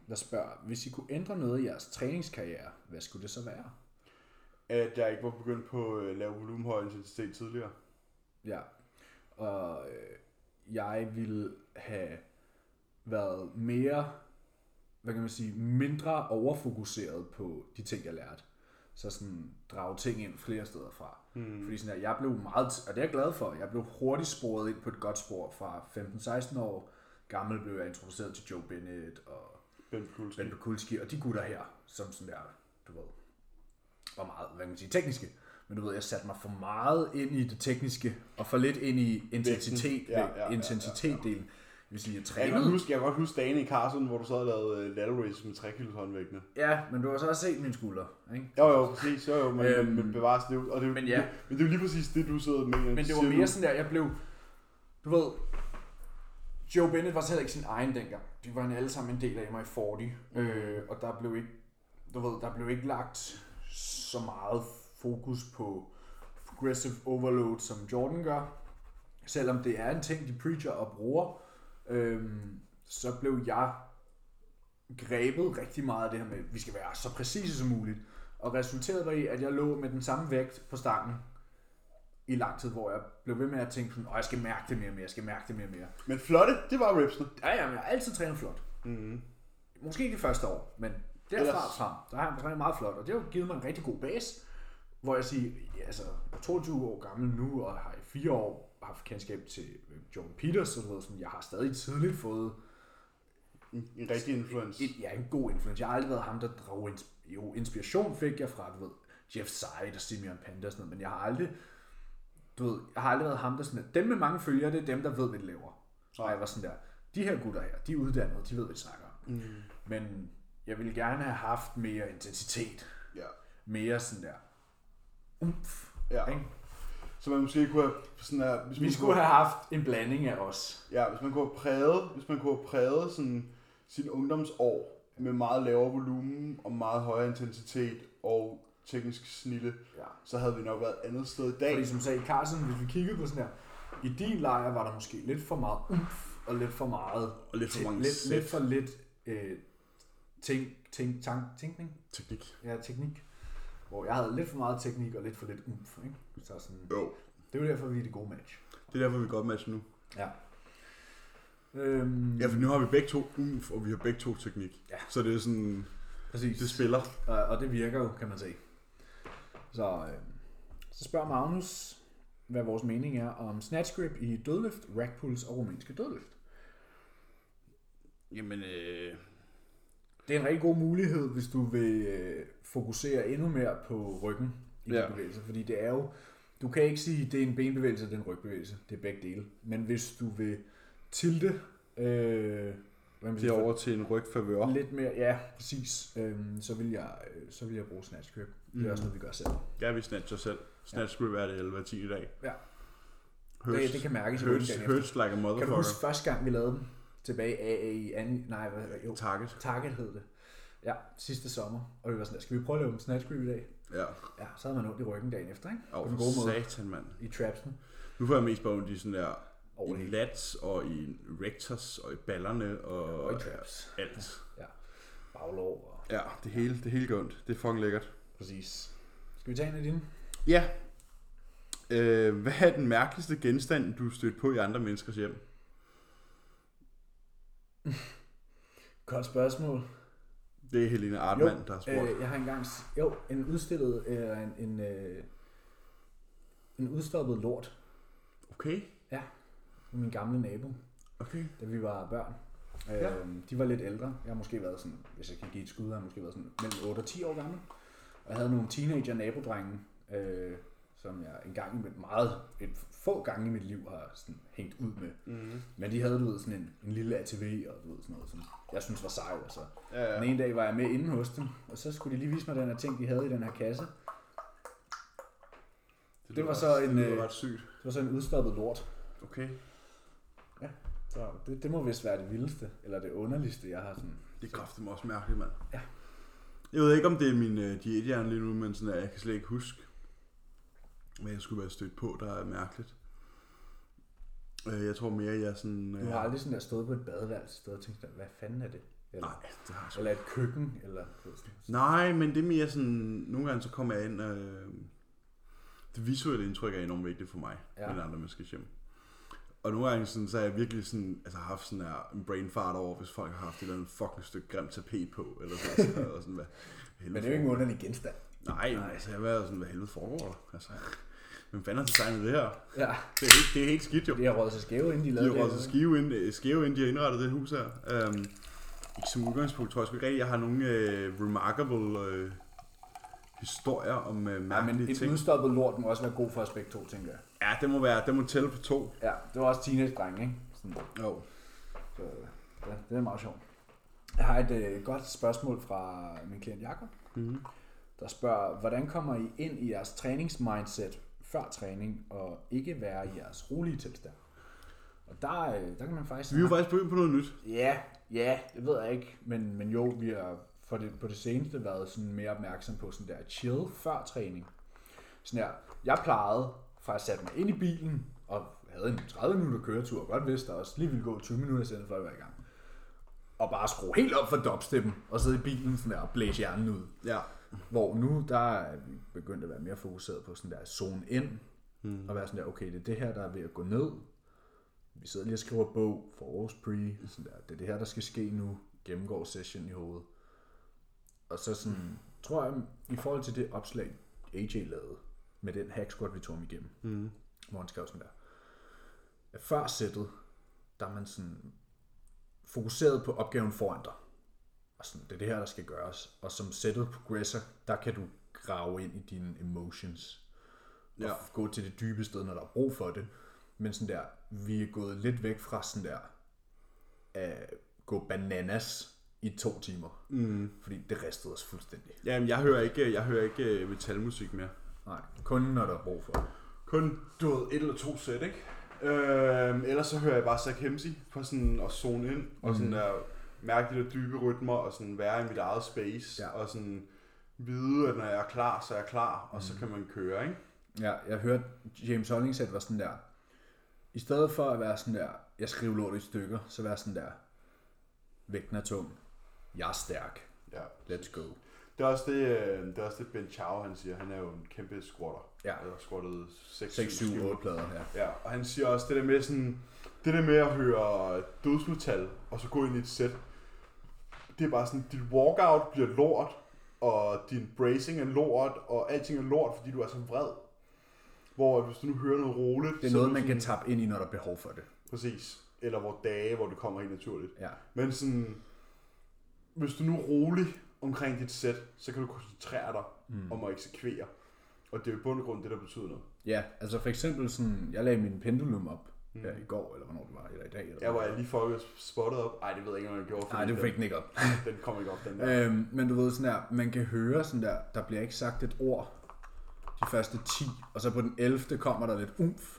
Speaker 1: der spørger, hvis I kunne ændre noget i jeres træningskarriere, hvad skulle det så være?
Speaker 2: At jeg Øh, ikke var begyndt på øh, at lave volumen høj intensitet tidligere.
Speaker 1: Ja, og øh, jeg ville have været mere, hvad kan man sige, mindre overfokuseret på de ting, jeg lærte. Så sådan drage ting ind flere steder fra. Mm. Fordi sådan her, jeg blev meget, t- og det er jeg glad for, jeg blev hurtigt sporet ind på et godt spor fra 15-16 år gammel blev jeg introduceret til Joe Bennett og
Speaker 2: Ben Kulski.
Speaker 1: Ben Pekulski og de gutter her, som sådan der, du ved, var meget, hvad kan man sige, tekniske. Men du ved, jeg satte mig for meget ind i det tekniske, og for lidt ind i intensitet,
Speaker 2: Ja, ja, ja, ja, ja.
Speaker 1: intensitet-delen. Det vil sige, jeg
Speaker 2: Jeg kan, godt
Speaker 1: trænede.
Speaker 2: huske, jeg kan godt huske dagen i Carson, hvor du sad og lavede øh, lateral races med 3 kg håndvægtene.
Speaker 1: Ja, men du har så også set mine skuldre, ikke?
Speaker 2: Jo, jo, præcis. Jo, jo, men,
Speaker 1: Øhm,
Speaker 2: øhm, men bevares det. er jo- Og det er jo-
Speaker 1: men ja.
Speaker 2: men det er jo lige præcis det, du sidder med.
Speaker 1: Men det var mere sådan der, jeg blev, du ved, Joe Bennett var så heller ikke sin egen dengang. De var en alle sammen en del af mig i 40.
Speaker 2: Mm.
Speaker 1: Øh, og der blev ikke, du ved, der blev ikke lagt så meget fokus på progressive overload, som Jordan gør. Selvom det er en ting, de preacher og bruger, øh, så blev jeg grebet rigtig meget af det her med, at vi skal være så præcise som muligt. Og resulterede var i, at jeg lå med den samme vægt på stangen i lang tid, hvor jeg blev ved med at tænke sådan, åh, jeg skal mærke det mere og mere, jeg skal mærke det mere og mere.
Speaker 2: Men flotte, det var ripsene.
Speaker 1: Ja, ja, men jeg har altid trænet flot. Mm-hmm. Måske ikke det første år, men derfra
Speaker 2: Ellers-
Speaker 1: Ellers... frem, der har jeg trænet meget flot, og det har jo givet mig en rigtig god base, hvor jeg siger, ja, altså, jeg er 22 år gammel nu, og har i fire år haft kendskab til øh, Jordan Peters, og sådan noget, sådan, jeg har stadig tidligt fået
Speaker 2: En, en rigtig influence.
Speaker 1: et, ja, en god influence. Jeg har aldrig været ham, der drog ins- jo, inspiration fik jeg fra, du ved, Jeff Seid og Simeon Panda og sådan noget, men jeg har aldrig, du ved, jeg har aldrig været ham, der sådan, dem med mange følgere, det er dem, der ved, hvad de laver. Så jeg var sådan der, de her gutter her, de er uddannede, de ved, hvad de snakker om. Mm. Men jeg ville gerne have haft mere intensitet,
Speaker 2: Ja.
Speaker 1: mere sådan der, umf,
Speaker 2: Ja.
Speaker 1: ikke?
Speaker 2: Så man måske kunne have sådan her... Hvis man
Speaker 1: Vi skulle
Speaker 2: kunne,
Speaker 1: have haft en blanding af os.
Speaker 2: Ja, hvis man kunne have præget, hvis man kunne have præget sådan, sin ungdomsår med meget lavere volumen og meget højere intensitet og teknisk snille,
Speaker 1: Ja.
Speaker 2: så havde vi nok været et andet sted i dag.
Speaker 1: Fordi som sagde Carlsen, hvis vi kiggede på sådan her, i din lejr var der måske lidt for meget umf, og lidt for meget...
Speaker 2: Og lidt for
Speaker 1: til-
Speaker 2: mange
Speaker 1: lidt,
Speaker 2: sæt.
Speaker 1: lidt for lidt øh, tænk, tænk, tank, tænkning,
Speaker 2: Teknik.
Speaker 1: ja, teknik. Hvor jeg havde lidt for meget teknik og lidt for lidt umf, ikke? Så sådan,
Speaker 2: Jo.
Speaker 1: det var derfor, vi er det gode match.
Speaker 2: Det er derfor, vi er godt matcher nu.
Speaker 1: Ja. Øhm,
Speaker 2: Ja, for nu har vi begge to umf, og vi har begge to teknik.
Speaker 1: Ja.
Speaker 2: Så det er sådan,
Speaker 1: præcis.
Speaker 2: det spiller.
Speaker 1: Og, og det virker jo, kan man se. Så, øh, så spørger Magnus, hvad vores mening er om snatch grip i dødløft, rack pulls og romanske dødløft.
Speaker 2: Jamen, øh...
Speaker 1: Det er en rigtig god mulighed, hvis du vil øh, fokusere endnu mere på ryggen i din
Speaker 2: Ja.
Speaker 1: ja. bevægelse, fordi det er jo, du kan ikke sige, at det er en benbevægelse, og det er en rygbevægelse, det er begge dele, men hvis du vil tilte, øh, hvad man
Speaker 2: det er
Speaker 1: siger,
Speaker 2: over til en rygfavør.
Speaker 1: lidt mere, ja, præcis, øh, så, vil jeg, øh, så vil jeg bruge snatch grip. Det er mm. også noget, vi gør selv.
Speaker 2: Ja, vi snatcher selv. Snatch grip er det 11 10 i dag.
Speaker 1: Ja.
Speaker 2: Hurts,
Speaker 1: Det, det kan mærkes i
Speaker 2: hurts,
Speaker 1: ryggen dagen
Speaker 2: hurts like a
Speaker 1: efter. Kan du
Speaker 2: motherfucker.
Speaker 1: huske første gang, vi lavede dem? Tilbage af i anden, nej, hvad, jo,
Speaker 2: Target.
Speaker 1: Target hed det. Ja, sidste sommer, og vi var sådan, skal vi prøve at lave en snatch grip i dag?
Speaker 2: Ja.
Speaker 1: Ja, så havde man ondt i ryggen dagen efter, ikke?
Speaker 2: Og
Speaker 1: på den gode måde.
Speaker 2: satan, mand.
Speaker 1: I trapsen.
Speaker 2: Nu får jeg mest bare ondt i sådan der
Speaker 1: Over
Speaker 2: i
Speaker 1: det
Speaker 2: lats og i rectors og i ballerne og,
Speaker 1: Og i traps.
Speaker 2: alt.
Speaker 1: Ja. Baglov og...
Speaker 2: Ja, det hele, det hele går ondt. Det er fucking lækkert.
Speaker 1: Præcis. Skal vi tage en af dine?
Speaker 2: Ja. Øh, hvad er den mærkeligste genstand, du er stødt på i andre menneskers hjem?
Speaker 1: Godt spørgsmål.
Speaker 2: Det er Helena Artmann, der har spurgt.
Speaker 1: øh, jeg har engang... s- Jo, en udstillet... Øh, en, en, øh, en udstoppet lort
Speaker 2: Okay,
Speaker 1: Ja. af min gamle nabo,
Speaker 2: okay.
Speaker 1: da vi var børn. Øh,
Speaker 2: Ja.
Speaker 1: De var lidt ældre. Jeg har måske været sådan... Hvis jeg kan give et skud, har jeg måske været sådan mellem 8 og 10 år gammel. Og jeg havde nogle teenager nabodrenge, øh, som jeg engang imellem meget... Et få gange i mit liv har sådan hængt ud med.
Speaker 2: Mm.
Speaker 1: Men de havde, du ved, sådan en, en lille ATV og du ved, sådan noget, som jeg synes var sejt. Altså.
Speaker 2: Ja, ja.
Speaker 1: Den ene dag var jeg med inde hos dem, og så skulle de lige vise mig den her ting, de havde i den her kasse.
Speaker 2: Det,
Speaker 1: var
Speaker 2: lyder
Speaker 1: så
Speaker 2: ret-
Speaker 1: en,
Speaker 2: Det
Speaker 1: øh,
Speaker 2: lyder ret sygt.
Speaker 1: Det var sådan en udstoppet lort.
Speaker 2: Okay.
Speaker 1: Så det, det må vist være det vildeste, eller det underligste, jeg har sådan.
Speaker 2: Det er kraftedeme også mærkeligt, mand.
Speaker 1: Ja.
Speaker 2: Jeg ved ikke, om det er min øh, diætjern lige nu, men sådan, at jeg kan slet ikke huske, hvad jeg skulle være stødt på, der er mærkeligt. Øh, jeg tror mere, jeg er sådan... øh,
Speaker 1: Du har aldrig sådan der stået på et badeværelse et sted og tænkt, dig, hvad fanden er det? Eller,
Speaker 2: Nej, det har jeg sgu
Speaker 1: eller et køkken, eller du ved, sådan.
Speaker 2: Nej, men det er mere sådan, nogle gange så kommer jeg ind, øh, det visuelle indtryk er enormt vigtigt for mig, ja.
Speaker 1: Ja.
Speaker 2: end andre menneskers hjem. Og nogle gange sådan, så har jeg virkelig sådan, altså haft sådan her, en brain fart over, hvis folk har haft et eller andet fucking stykke grimt tapet på, eller sådan, så, og sådan hvad helvede
Speaker 1: Men det er jo ikke en underlig genstand.
Speaker 2: foregår- Nej, Nej, altså jeg var sådan, hvad helvede foregår der? Altså, hvem fanden har designet det her?
Speaker 1: Ja,
Speaker 2: Det er helt, det er helt skidt jo.
Speaker 1: det har rådet sig skæve, inden de
Speaker 2: De
Speaker 1: lavede
Speaker 2: har røget
Speaker 1: det.
Speaker 2: til skive ind, øh, skæve ind, de har indrettet det hus her. Øhm, ikke som udgangspunkt, tror jeg sgu ikke rigtigt, jeg har nogle øh, remarkable øh, historier om øh,
Speaker 1: Ja, men
Speaker 2: mærkelige
Speaker 1: et
Speaker 2: ting.
Speaker 1: udstoppet lort må også være god for aspekt 2, tænker jeg.
Speaker 2: Ja, det må være, det må tælle på to.
Speaker 1: Ja, det var også teenage-drenge, ikke? Sådan.
Speaker 2: Jo.
Speaker 1: Så Øh, ja, det er meget sjovt. Jeg har et øh, godt spørgsmål fra min klient Jakob,
Speaker 2: Mhm.
Speaker 1: der spørger, hvordan kommer I ind i jeres træningsmindset før træning og ikke være i jeres rolige tilstand? Og der, øh, der kan man faktisk...
Speaker 2: Vi er jo faktisk begyndt på noget nyt.
Speaker 1: Ja, ja, det ved jeg ikke. Men, men jo, vi har for det, på det seneste været sådan mere opmærksom på sådan der chill før træning. Sådan her, jeg plejede fra at sætte mig ind i bilen og havde en 30 minutter køretur, og godt vidste, at jeg også lige ville gå 20 minutter senere, før jeg var i gang. Og bare skrue helt op for dubsteppen, og sidde i bilen sådan der, og blæse hjernen ud.
Speaker 2: Ja.
Speaker 1: Hvor nu, der er vi begyndt at være mere fokuseret på sådan der zone ind, mm. og være sådan der, okay, det er det her, der er ved at gå ned. Vi sidder lige og skriver bog for års pre, sådan der, det er det her, der skal ske nu, gennemgår session i hovedet. Og så sådan, mm. tror jeg, i forhold til det opslag, AJ lavede, med den hack squat, vi tog ham igennem, mm. hvor han skrev sådan der, at før sættet, der er man sådan fokuseret på opgaven foran dig og sådan, det er det her, der skal gøres. Og som sættet progressor, der kan du grave ind i dine emotions. Ja. Og gå til det dybe sted, når der er brug for det. Men sådan der, vi er gået lidt væk fra sådan der, at gå bananas i to timer. Mm. Fordi det ristede os fuldstændig.
Speaker 2: Jamen, jeg hører ikke, jeg hører ikke øh, metalmusik mere.
Speaker 1: Nej, kun når der er brug for det.
Speaker 2: Kun, du ved, et eller to sæt, ikke? Øh, ellers så hører jeg bare Zach Hemsey på sådan at zone ind, mm. og sådan
Speaker 1: Mhm.
Speaker 2: der mærke de der dybe rytmer, og sådan være i mit eget space,
Speaker 1: Ja.
Speaker 2: ja. og sådan vide, at når jeg er klar, så er jeg klar, og mm.
Speaker 1: Mhm.
Speaker 2: så kan man køre, ikke?
Speaker 1: Ja, jeg hørte James Hollingshead var sådan der, i stedet for at være sådan der, jeg skriver lortet i stykker, så være sådan der, vægten er tung, jeg er stærk,
Speaker 2: Ja.
Speaker 1: let's go.
Speaker 2: Det er også det, øh, det, er også det Ben Chao, han siger. Han er jo en kæmpe squatter.
Speaker 1: Ja.
Speaker 2: Han har squattet 6,
Speaker 1: 6, 7, 8 plader her.
Speaker 2: Ja, og han siger også det der med sådan, det der med at høre dødsmetal, og så gå ind i et sæt, det er bare sådan, dit walkout bliver lort, og din bracing er lort, og alting er lort, fordi du er så vred. Hvor hvis du nu hører noget roligt,
Speaker 1: Det er
Speaker 2: så
Speaker 1: noget,
Speaker 2: du
Speaker 1: man
Speaker 2: sådan,
Speaker 1: kan tappe ind i, når der er behov for det.
Speaker 2: Præcis. Eller hvor dage, hvor det kommer helt naturligt.
Speaker 1: Ja.
Speaker 2: Men sådan, hvis du nu er rolig omkring dit sæt, så kan du koncentrere dig mm. om at eksekvere. Og det er jo i bund og grund det, der betyder noget.
Speaker 1: ja, altså for eksempel sådan, jeg lagde min pendulum op mm. her i går, eller hvornår det var, eller i dag. Eller
Speaker 2: Jeg var lige fucket spottet op. Ej, det ved jeg ikke, om jeg gjorde.
Speaker 1: Nej,
Speaker 2: fordi
Speaker 1: det fik den ikke op.
Speaker 2: den, den kom ikke op, den der.
Speaker 1: øhm, men du ved sådan der, man kan høre sådan der, der bliver ikke sagt et ord de første 10, og så på den 11. kommer der lidt umf,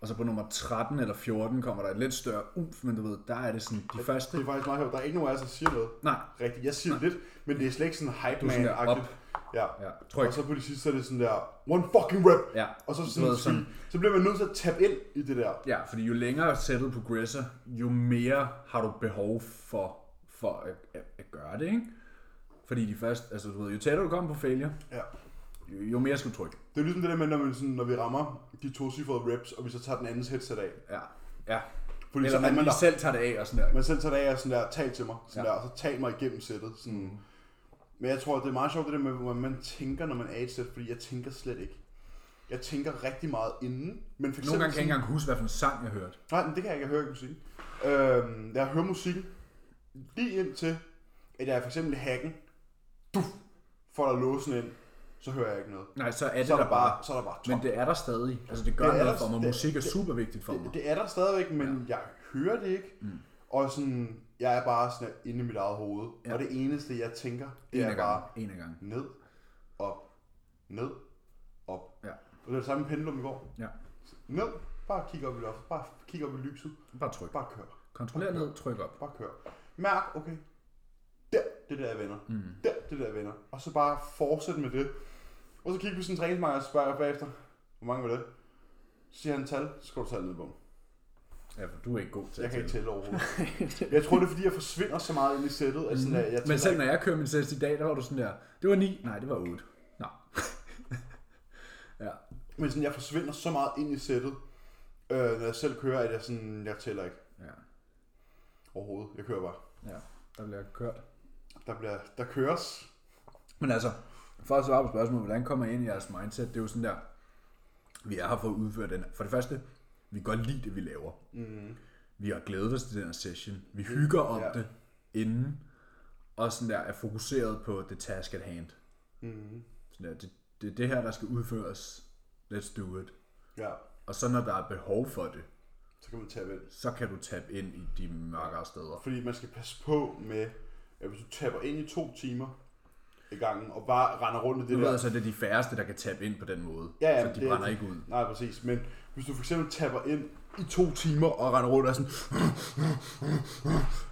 Speaker 1: og så på nummer 13 eller 14 kommer der et lidt større umf, men du ved, der er det sådan, de første,
Speaker 2: Det er faktisk meget højt. Der er ikke nogen af os, der siger noget.
Speaker 1: nej,
Speaker 2: Rigtigt. Jeg siger lidt, men det er slet ikke sådan hype
Speaker 1: er sådan der,
Speaker 2: man-agtigt. Ja.
Speaker 1: ja,
Speaker 2: Og
Speaker 1: tryk,
Speaker 2: så på det sidste, så er det sådan der, one fucking rep.
Speaker 1: ja,
Speaker 2: Og så,
Speaker 1: Du
Speaker 2: sådan,
Speaker 1: ved,
Speaker 2: sådan, så bliver man nødt til at tabe ind i det der.
Speaker 1: Ja, fordi jo længere sættet progresser, jo mere har du behov for, for at, at, at gøre det, ikke? Fordi de først, altså du ved, jo tættere du kommer på failure,
Speaker 2: Ja.
Speaker 1: jo, jo mere skal du trykke.
Speaker 2: Det er ligesom det der med, når, man sådan, når vi rammer de to cifrede reps, og vi så tager den andens headset af.
Speaker 1: Ja, ja.
Speaker 2: Fordi
Speaker 1: Eller
Speaker 2: så er
Speaker 1: man lige
Speaker 2: man der.
Speaker 1: selv tager det af og sådan der.
Speaker 2: Men selv tager det af og sådan der, tal til mig, sådan
Speaker 1: Ja.
Speaker 2: ja. der, og så tal mig igennem sættet. Sådan. Mm. Men jeg tror, det er meget sjovt det der med, hvordan man tænker, når man er i et sæt, fordi jeg tænker slet ikke. Jeg tænker rigtig meget inden. Men for
Speaker 1: Nogle gange kan jeg
Speaker 2: sådan-
Speaker 1: ikke engang huske, hvad for en sang jeg hørte.
Speaker 2: Nej, men det kan jeg ikke høre i musikken. Øhm, jeg hører musikken lige indtil, at jeg for eksempel i hacken, du folder låsen ind, så hører jeg ikke noget.
Speaker 1: Nej, så er det
Speaker 2: Så er
Speaker 1: der
Speaker 2: der bare, så er der bare
Speaker 1: Men
Speaker 2: tomt.
Speaker 1: det er der stadig. Altså det gør
Speaker 2: Det er
Speaker 1: noget
Speaker 2: der-
Speaker 1: for mig.
Speaker 2: det-
Speaker 1: Musik er
Speaker 2: det-
Speaker 1: super vigtigt for mig.
Speaker 2: Det, det er der stadigvæk, men ja. jeg hører det ikke. Mm. Og sådan, jeg er bare sådan her inde i mit eget hoved. Ja. Og det eneste, jeg tænker, det
Speaker 1: En
Speaker 2: er
Speaker 1: af gangen.
Speaker 2: bare
Speaker 1: En af gangen.
Speaker 2: ned, op, ned, op.
Speaker 1: Ja.
Speaker 2: Og det var det samme med pendulum i går.
Speaker 1: ja.
Speaker 2: Ned, bare kig op i loftet, bare kig op i lyset,
Speaker 1: Bare tryk.
Speaker 2: bare kør,
Speaker 1: Kontroller ned, tryk op.
Speaker 2: bare kør. Mærk, okay, der, det der jeg vender, mm. der, det der jeg vender. Og så bare fortsætte med det. Og så kigger vi sådan en træningsmarker og spørger jeg bagefter, hvor mange var det? Så siger han et tal, så skal du tage ned på dem.
Speaker 1: Ja, for du er ikke god til
Speaker 2: Jeg kan ikke
Speaker 1: tælle.
Speaker 2: tælle overhovedet. jeg tror, det er fordi, jeg forsvinder så meget ind i sættet. At sådan, at jeg
Speaker 1: Mhm. Men
Speaker 2: tæller
Speaker 1: selv
Speaker 2: ikke.
Speaker 1: når jeg kører min test i dag, der var du sådan der, det var 9, nej, det var 8. Nå. ja.
Speaker 2: men sådan, jeg forsvinder så meget ind i sættet, øh, når jeg selv kører, at jeg, sådan, jeg tæller ikke
Speaker 1: Ja,
Speaker 2: overhovedet. Jeg kører bare.
Speaker 1: ja, der bliver kørt.
Speaker 2: Der, bliver, der køres.
Speaker 1: Men altså, for at svare på spørgsmålet, hvordan kommer jeg ind i jeres mindset? Det er jo sådan der, vi er her for at udføre den. For det første, vi kan godt lide det, vi laver. Mm. Vi har glædet os til den her session. Vi hygger om ja.
Speaker 2: Ja.
Speaker 1: det inden, og sådan der er fokuseret på the task at hand. Mm. Sådan der, det, det er det her, der skal udføres. Let's do it.
Speaker 2: Ja,
Speaker 1: Og så når der er behov for det,
Speaker 2: så kan man tage ind.
Speaker 1: så kan du tabe ind i de mørkere steder.
Speaker 2: Fordi man skal passe på med, at hvis du taber ind i to timer, i gangen, og bare render rundt i det
Speaker 1: Nu ved
Speaker 2: der.
Speaker 1: jeg så, at det er de færreste, der kan tabe ind på den måde.
Speaker 2: Ja, ja, men
Speaker 1: så de
Speaker 2: det er
Speaker 1: brænder
Speaker 2: rigtigt.
Speaker 1: ikke ud.
Speaker 2: Nej, præcis. Men hvis du for eksempel tapper ind i to timer og render rundt og er sådan...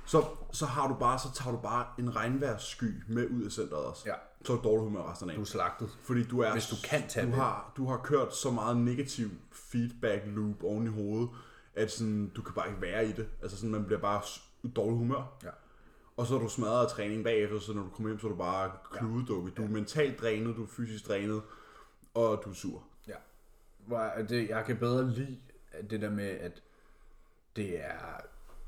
Speaker 2: Så, så, har du bare, så tager du bare en regnvejrssky med ud af centret også.
Speaker 1: Ja.
Speaker 2: Så er du dårlig humør resten af
Speaker 1: Du
Speaker 2: dagen.
Speaker 1: er slagtet.
Speaker 2: Fordi du er,
Speaker 1: Hvis du kan tage
Speaker 2: du
Speaker 1: det.
Speaker 2: har, du har kørt så meget negativ feedback loop oven i hovedet, at sådan, du kan bare ikke være i det. Altså sådan, man bliver bare s- i dårlig humør.
Speaker 1: Ja.
Speaker 2: Og så er du smadret af træning bagefter, så når du kommer hjem, så er du bare kludedukket. Du er mentalt drænet, du er fysisk drænet, og du er sur.
Speaker 1: Ja. Hvor er det, jeg kan bedre lide at det der med, at det er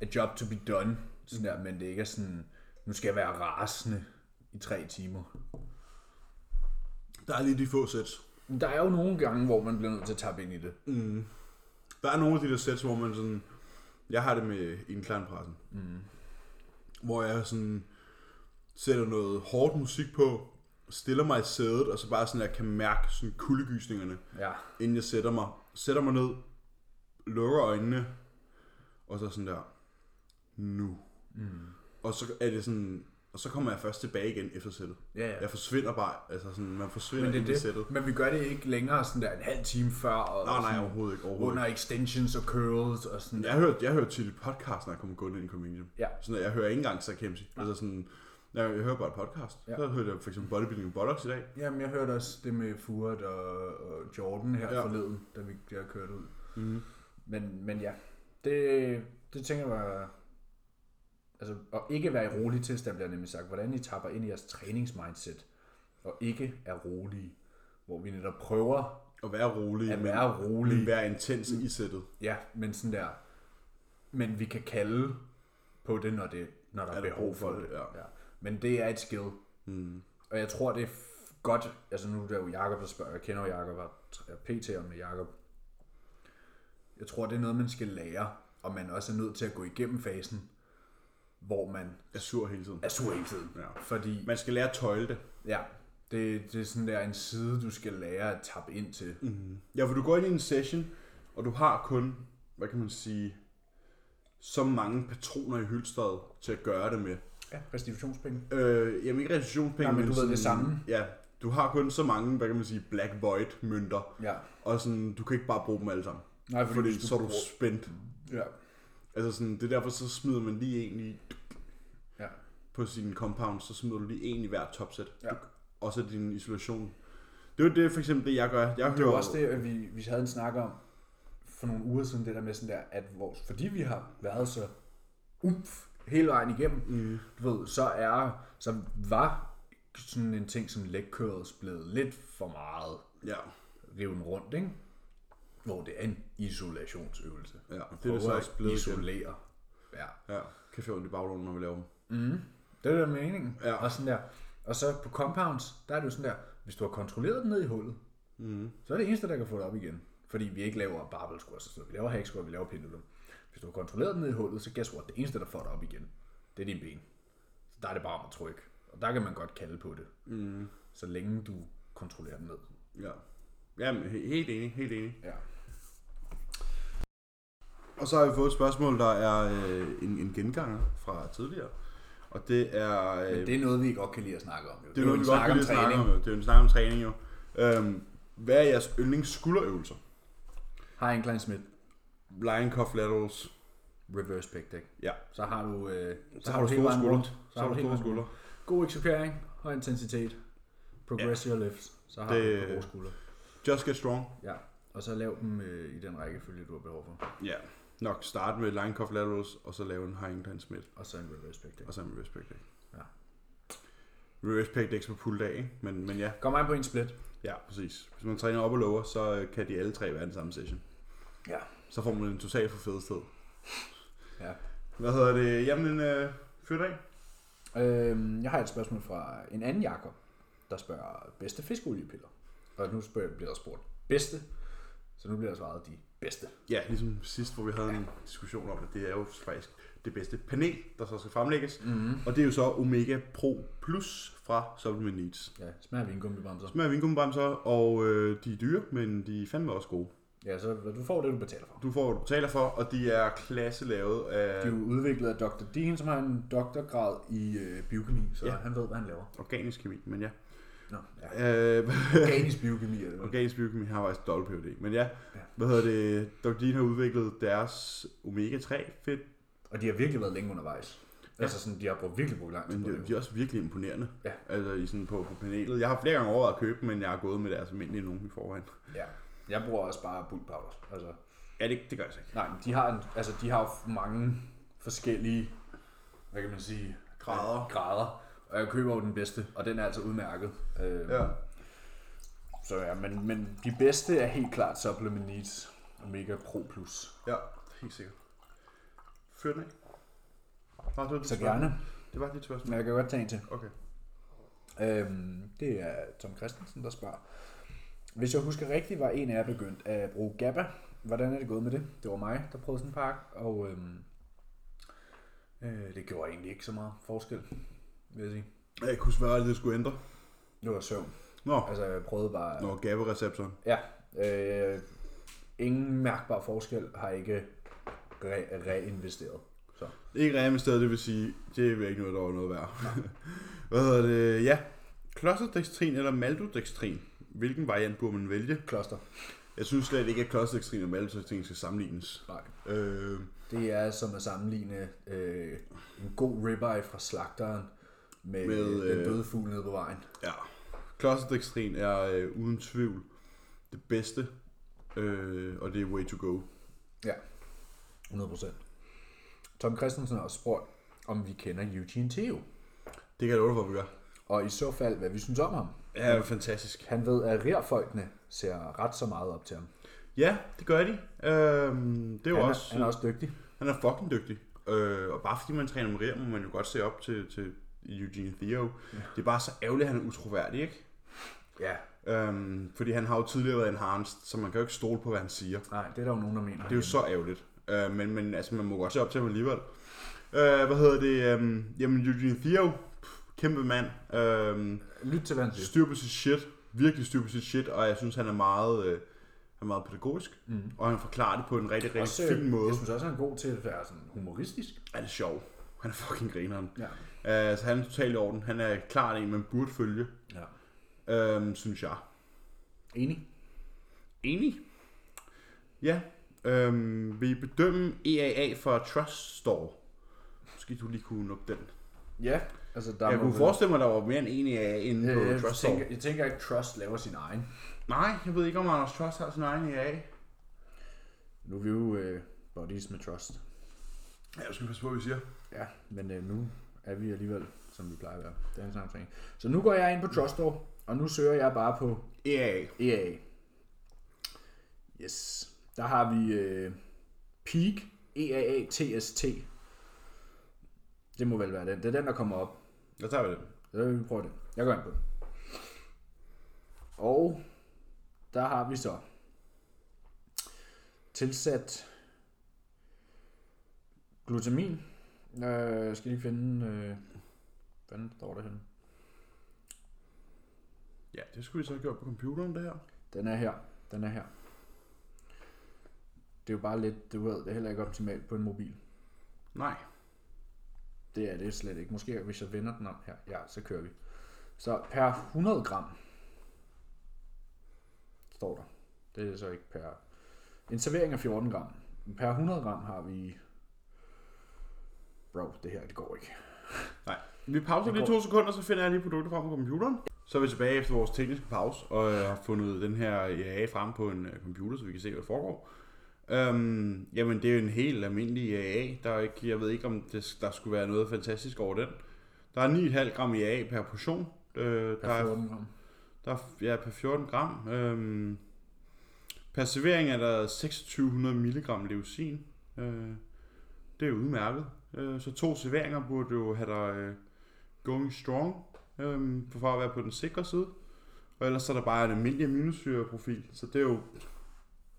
Speaker 1: a job to be done, sådan der, men det ikke er sådan, nu skal jeg være rasende i tre timer.
Speaker 2: Der er lige de få sæt.
Speaker 1: Men Der er jo nogle gange, hvor man bliver nødt til at tabe ind i det. Mm.
Speaker 2: Der er nogle af de der sæt, hvor man sådan... Jeg har det med indkleinpressen. Mm. Hvor jeg sådan sætter noget hårdt musik på, stiller mig i sædet, og så bare sådan, jeg kan mærke sådan kuldegysningerne,
Speaker 1: Ja.
Speaker 2: inden jeg sætter mig. Sætter mig ned, lukker øjnene, og så sådan der, nu. Mm. Og så er det sådan, og så kommer jeg først tilbage igen efter sættet.
Speaker 1: Ja, ja.
Speaker 2: Jeg forsvinder bare, altså sådan, man forsvinder
Speaker 1: Men det
Speaker 2: ind i
Speaker 1: er
Speaker 2: sættet.
Speaker 1: det. Men vi gør det ikke længere sådan der en halv time før, og
Speaker 2: Nej, nej,
Speaker 1: sådan
Speaker 2: overhovedet ikke, overhovedet
Speaker 1: under extensions og curls og sådan
Speaker 2: Jeg hørte, jeg hørte tit podcast, når jeg kommer gående ind i Comedium.
Speaker 1: Ja.
Speaker 2: Sådan, at jeg hører ikke engang Zach Hemsey. Altså sådan, jeg, jeg hører bare et podcast. Ja.
Speaker 1: Ja.
Speaker 2: Så hørte jeg for eksempel Bodybuilding and Bollocks i dag.
Speaker 1: Jamen, jeg hørte også det med Furet og, og Jordan her
Speaker 2: Ja.
Speaker 1: ja. forleden, da vi der kørte ud.
Speaker 2: Mhm.
Speaker 1: Men, men ja, det, det tænker jeg var... Altså, at ikke være i rolig tilstand, bliver nemlig sagt. Hvordan I tapper ind i jeres træningsmindset, og ikke er rolige. Hvor vi netop prøver
Speaker 2: Og være rolig,
Speaker 1: at være
Speaker 2: men
Speaker 1: rolige.
Speaker 2: være intens
Speaker 1: Mm.
Speaker 2: i sættet.
Speaker 1: Ja, men sådan der... Men vi kan kalde på det, når, det, når der er, behov for det.
Speaker 2: ja.
Speaker 1: Ja. Men det er et skill.
Speaker 2: Mm.
Speaker 1: Og jeg tror, det er f- godt, altså nu er det jo Jacob, der spørger, jeg kender jo Jacob, og er pt om det Jacob. Jeg tror, det er noget, man skal lære, og man også er nødt til at gå igennem fasen, hvor man
Speaker 2: Jeg er sur hele tiden.
Speaker 1: er sur hele tiden.
Speaker 2: Ja.
Speaker 1: Fordi,
Speaker 2: Man skal lære at tøjle det.
Speaker 1: ja, det, det er sådan der en side, du skal lære at tappe ind til. Mm.
Speaker 2: Ja, for du går ind i en session, og du har kun, hvad kan man sige, så mange patroner i hylstret til at gøre det med.
Speaker 1: Ja, restitutionspenge.
Speaker 2: Øh, jamen ikke restitutionspenge,
Speaker 1: Nej, men du ved
Speaker 2: sådan,
Speaker 1: det samme.
Speaker 2: Ja, du har kun så mange, hvad kan man sige, black void mønter.
Speaker 1: Ja.
Speaker 2: Og sådan, du kan ikke bare bruge dem alle sammen.
Speaker 1: Nej, fordi
Speaker 2: Fordi
Speaker 1: hvis du
Speaker 2: så er du
Speaker 1: bruger-
Speaker 2: spændt.
Speaker 1: Ja.
Speaker 2: Altså sådan, det er derfor, så smider man lige en i,
Speaker 1: ja.
Speaker 2: på sin compound, så smider du lige en i hver topset.
Speaker 1: Ja.
Speaker 2: Og så din isolation. Det er jo det, for eksempel det, jeg gør. Jeg
Speaker 1: Det
Speaker 2: hører
Speaker 1: var også det, at vi, vi havde en snak om for nogle uger siden, det der med sådan der, at vores, fordi vi har været så umf hele vejen igennem, mm. du ved, så er, så var sådan en ting som leg curls blevet lidt for meget
Speaker 2: Ja,
Speaker 1: riven rundt, ikke? Hvor det er en isolationsøvelse.
Speaker 2: ja. det er
Speaker 1: Prøver
Speaker 2: det så
Speaker 1: at
Speaker 2: også blevet igen.
Speaker 1: isolere. Ja.
Speaker 2: Ja, kan få ondt i baglånen, når vi laver dem.
Speaker 1: Det er det, der er meningen.
Speaker 2: Ja.
Speaker 1: Og, sådan der. og så på compounds, der er det jo sådan der, hvis du har kontrolleret den ned i hullet,
Speaker 2: Mhm.
Speaker 1: mm. så er det eneste, der kan få det op igen. Fordi vi ikke laver barbell squats, og sådan noget. vi laver hack squat, vi laver pendulum. Hvis du har kontrolleret den ned i hullet, så guess what, det eneste, der får det op igen, det er dine ben. Så der er det bare om at trykke. Og der kan man godt kalde på det, mm. så længe du kontrollerer den ned.
Speaker 2: Ja. Jamen, he- helt enig, helt enig.
Speaker 1: Ja.
Speaker 2: Og så har vi fået et spørgsmål, der er øh, en, en genganger fra tidligere. Og det er... Øh,
Speaker 1: Men det er noget, vi godt kan lide at snakke om. Jo.
Speaker 2: Det er noget,
Speaker 1: jo en
Speaker 2: vi godt
Speaker 1: snak
Speaker 2: kan lide at snakke om. jo. Det er jo en snak om træning, jo. Øhm, hvad er jeres yndlings skulderøvelser?
Speaker 1: Har en Klein Smith,
Speaker 2: Lion cuff laterals.
Speaker 1: reverse pec deck.
Speaker 2: Ja.
Speaker 1: Så har du, øh, så,
Speaker 2: har du
Speaker 1: hele
Speaker 2: store
Speaker 1: vejen
Speaker 2: skuldre.
Speaker 1: rundt.
Speaker 2: Så har du
Speaker 1: hele
Speaker 2: store
Speaker 1: vejen rundt.
Speaker 2: skuldre.
Speaker 1: God eksekvering, høj intensitet, progressive ja. lifts, så har
Speaker 2: Det-
Speaker 1: det... du på gode skulder.
Speaker 2: Just get strong.
Speaker 1: Ja, og så lav dem øh, i den rækkefølge, du har behov for.
Speaker 2: Ja. Nok starte med lion cuff laterals, og så lave en high incline smith,
Speaker 1: Og så en reverse pick
Speaker 2: og så en reverse pec deck.
Speaker 1: Ja.
Speaker 2: Reverse pec decks på pull dag, ikke? Men, men ja.
Speaker 1: Kom an på en split.
Speaker 2: Ja, præcis. Hvis man træner op og lower, så øh, kan de alle tre være i den samme session.
Speaker 1: Ja.
Speaker 2: Så får man en total for fed sted.
Speaker 1: ja.
Speaker 2: Hvad hedder det? Jamen, en øh, fyr dag.
Speaker 1: Øhm, jeg har et spørgsmål fra en anden Jakob, der spørger bedste fiskeoliepiller. Og nu spørger, bliver der spurgt bedste, så nu bliver der svaret de bedste.
Speaker 2: Ja, ligesom sidst, hvor vi havde en diskussion om, at det er jo faktisk det bedste panel, der så skal fremlægges.
Speaker 1: Mhm.
Speaker 2: Mm-hmm. Og det er jo så Omega Pro Plus fra Supplement Needs.
Speaker 1: Ja, smager vingummibamser.
Speaker 2: Smager vingummibamser, og øh, de er dyre, men de er fandme også gode.
Speaker 1: Ja, så du får det, du betaler for.
Speaker 2: Du får, hvad du betaler for, og de er klasse lavet af
Speaker 1: De er jo udviklet af Dr. Dean, som har en doktorgrad i øh, biokemi, så ja.
Speaker 2: Ja.
Speaker 1: han ved, hvad han laver.
Speaker 2: organisk kemi, men ja.
Speaker 1: Nå, ja.
Speaker 2: Øh,
Speaker 1: Organisk biokemi er det. vel?
Speaker 2: organisk biokemi har faktisk dobbelt PhD, men ja. Hvad hedder det? Dr. Dean har udviklet deres omega-3 fedt,
Speaker 1: Og de har virkelig været længe undervejs. Ja. Altså sådan, de har brugt virkelig brugt lang tid
Speaker 2: men
Speaker 1: på
Speaker 2: de,
Speaker 1: det.
Speaker 2: de er også virkelig imponerende.
Speaker 1: Ja.
Speaker 2: Altså i sådan på, på panelet. Jeg har flere gange overvejet at købe dem, men jeg har gået med deres almindelige nogen i forvejen.
Speaker 1: Ja. Jeg bruger også bare bulkpowders. Altså,
Speaker 2: Ja, det, det gør jeg så ikke.
Speaker 1: nej, men de har, en, altså, de har jo mange forskellige, hvad kan man sige,
Speaker 2: Grader.
Speaker 1: grader. Og jeg køber jo den bedste, og den er altså udmærket. Øh,
Speaker 2: Ja.
Speaker 1: Så ja, men, men de bedste er helt klart Supplement Needs Omega Pro Plus.
Speaker 2: Ja, helt sikkert. Fyr den af. Har du et
Speaker 1: Så
Speaker 2: spørgsmål?
Speaker 1: gerne.
Speaker 2: Det var dit spørgsmål.
Speaker 1: Men jeg kan godt tage en til.
Speaker 2: Okay.
Speaker 1: Øhm, det er Tom Christensen, der spørger. Hvis jeg husker rigtigt, var en af jer begyndt at bruge GABA. Hvordan er det gået med det? Det var mig, der prøvede sådan en pakke, og øhm, øh, det gjorde egentlig ikke så meget forskel, vil jeg sige.
Speaker 2: Jeg kunne svære, at det skulle ændre.
Speaker 1: Det var søvn.
Speaker 2: Nå,
Speaker 1: Altså, jeg prøvede bare...
Speaker 2: Nå gabereceptoren.
Speaker 1: Ja. Øh, ingen mærkbar forskel har ikke re- reinvesteret. Så.
Speaker 2: Ikke reinvesteret, det vil sige, det er ikke noget, der var noget værd. Hvad hedder det? Ja, klosterdextrin eller maltodextrin. Hvilken variant burde man vælge?
Speaker 1: Kloster.
Speaker 2: Jeg synes slet ikke, at klosterdextrin og maltodextrin skal sammenlignes.
Speaker 1: Nej.
Speaker 2: Øh,
Speaker 1: Det er som at sammenligne øh, en god ribeye fra slagteren med, med
Speaker 2: Med,
Speaker 1: øh, den
Speaker 2: øh,
Speaker 1: døde fugl nede på vejen.
Speaker 2: ja, klosterdextrin er øh, uden tvivl det bedste, øh, og det er way to go.
Speaker 1: Ja, 100%. Tom Christensen har også spurgt, om vi kender Eugene Theo,
Speaker 2: Det kan jeg love dig for, at vi gør.
Speaker 1: og i så fald, hvad vi synes om ham.
Speaker 2: Ja, fantastisk.
Speaker 1: Han ved, at rærfolkene ser ret så meget op til ham.
Speaker 2: Ja, det gør de. Øhm, det er jo
Speaker 1: Han er,
Speaker 2: også...
Speaker 1: han er også dygtig.
Speaker 2: Han er fucking dygtig. Øh, og bare fordi man træner med Ria, må man jo godt se op til, til Eugene Theo. Ja. Det er bare så ærgerligt, at han er utroværdig, ikke?
Speaker 1: Ja.
Speaker 2: Øhm, fordi han har jo tidligere været enhanced, så man kan jo ikke stole på, hvad han siger.
Speaker 1: Nej, det er der jo nogen, der mener.
Speaker 2: Det er jo så ærgerligt. Øh, men, men altså, man må godt se op til ham alligevel. Øh, hvad hedder det? Øh, jamen, Eugene Theo. Pff, kæmpe mand. Øh,
Speaker 1: Lyt til, hvad han siger.
Speaker 2: styr på sit shit. Virkelig styr på sit shit. Og jeg synes, han er meget... Øh, han er meget pædagogisk, mm. og han forklarer det på en rigtig,
Speaker 1: Mhm. Også,
Speaker 2: rigtig
Speaker 1: øh,
Speaker 2: fin måde.
Speaker 1: Jeg synes også, han er god til at være sådan humoristisk.
Speaker 2: Er det sjov? Han er fucking grineren.
Speaker 1: Ja.
Speaker 2: Øh, så han er totalt i orden. Han er klart en, man burde følge,
Speaker 1: ja.
Speaker 2: øh, synes jeg.
Speaker 1: Enig?
Speaker 2: Enig? Ja. Øh, vi bedømme EAA for Trust Store. Måske du lige kunne nuppe den.
Speaker 1: Ja. Altså, der
Speaker 2: Jeg
Speaker 1: må
Speaker 2: kunne
Speaker 1: vel-
Speaker 2: forestille mig, at der var mere end en EAA inde på
Speaker 1: Øh, jeg,
Speaker 2: Trust
Speaker 1: tænker,
Speaker 2: Store.
Speaker 1: jeg tænker ikke, at Trust laver sin egen.
Speaker 2: Nej, jeg ved ikke, om Anders Trust har sin egen E EAA.
Speaker 1: Nu er vi jo øh, buddies med Trust.
Speaker 2: Ja, jeg skal passe på, hvad vi siger.
Speaker 1: Ja, men øh, nu er vi alligevel, som vi plejer at være. Det er en samtale. Så nu går jeg ind på Trustor, og nu søger jeg bare på
Speaker 2: EAA.
Speaker 1: EA. Yes. Der har vi øh, Peak E EAA TST. Det må vel være den. Det er den, der kommer op.
Speaker 2: Der tager vi den.
Speaker 1: Så vi prøver den. Jeg går ind på den. Og der har vi så tilsat glutamin. Øh, jeg skal lige finde, øh, hvordan står det henne?
Speaker 2: Ja, det skulle vi så have gjort på computeren, det her.
Speaker 1: Den er her. Den er her. Det er jo bare lidt, du ved, det er heller ikke optimalt på en mobil.
Speaker 2: Nej.
Speaker 1: Det er det slet ikke. Måske hvis jeg vender den om her. Ja, så kører vi. Så per 100 gram står der. Det er så ikke per... En servering af 14 gram. Per 100 gram har vi... Bro, det her det går ikke.
Speaker 2: Nej. Vi pauser lige to sekunder, så finder jeg lige produktet frem på computeren. Så er vi tilbage efter vores tekniske pause, og jeg har fundet den her IAA frem på en øh, computer, så vi kan se, hvad der foregår. Øhm, jamen, det er jo en helt almindelig IAA. Der er ikke, jeg ved ikke, om det, der skulle være noget fantastisk over den. Der er 9,5 gram IAA per portion. Øh, der,
Speaker 1: Per
Speaker 2: er,
Speaker 1: 14 gram.
Speaker 2: der er ja, per 14 gram. Øhm, per servering er der 2600 milligram leucin. Øh, det er jo udmærket. Øh, så to serveringer burde jo have dig øh, going strong, øh, for at være på den sikre side. Og ellers er der bare en almindelig aminosyreprofil, så det er jo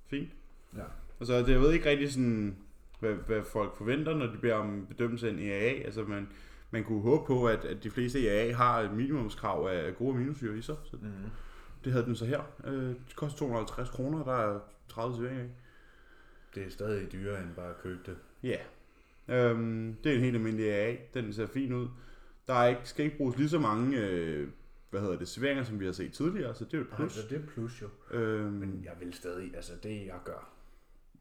Speaker 2: fint.
Speaker 1: Ja.
Speaker 2: Altså, det, jeg ved ikke rigtig sådan, hvad, hvad folk forventer, når de beder om bedømmelse af en EAA. Altså, man, E man kunne håbe på, at, at de fleste EAA har et minimumskrav af gode aminosyre i sig. Så
Speaker 1: Mm.
Speaker 2: Det havde den så her. Øh, det koster 250 kroner, der er 30 serveringer i.
Speaker 1: Det er stadig dyrere end bare at købe det.
Speaker 2: Ja. Øhm, det er en helt almindelig AA. Den ser fin ud. Der er ikke, skal ikke bruges lige så mange øh, hvad hedder det, serveringer, som vi har set tidligere, så det er jo et
Speaker 1: Plus.
Speaker 2: plus.
Speaker 1: Altså, det er plus jo.
Speaker 2: Øhm,
Speaker 1: Men jeg vil stadig, altså det jeg gør,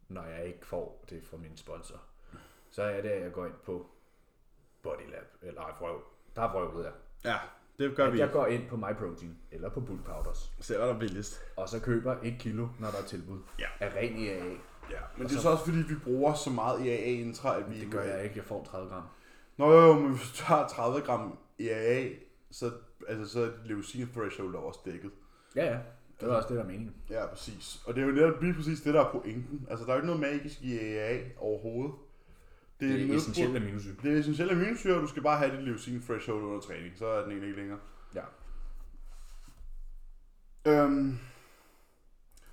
Speaker 1: når jeg ikke får det fra min sponsor, så er det, at jeg går ind på Bodylab, eller ej, vrøv. Der er vrøvlet der.
Speaker 2: ja, det gør
Speaker 1: At
Speaker 2: vi.
Speaker 1: jeg går ind på MyProtein, eller på Bulk Powders,
Speaker 2: Selv er der billigst.
Speaker 1: og så køber et kilo, når der er tilbud.
Speaker 2: Ja.
Speaker 1: Af ren E EAA.
Speaker 2: Ja, men det er så også fordi, vi bruger så meget EAA intra, at vi...
Speaker 1: Det gør jeg ikke, jeg får 30 gram.
Speaker 2: Nå jo, jo, men hvis du tager 30 gram EAA, så, altså, så er leucine threshold er også dækket.
Speaker 1: Ja, ja. Det var også det, der er meningen.
Speaker 2: Ja, præcis. Og det er jo netop lige præcis det, der er pointen. Altså, der er jo ikke noget magisk i EAA overhovedet.
Speaker 1: Det er
Speaker 2: nedbrud-
Speaker 1: essentielt aminosyre.
Speaker 2: Det er essentielle aminosyre, og du skal bare have dit leucine threshold under træning, så er den egentlig ikke længere.
Speaker 1: Ja.
Speaker 2: Øhm,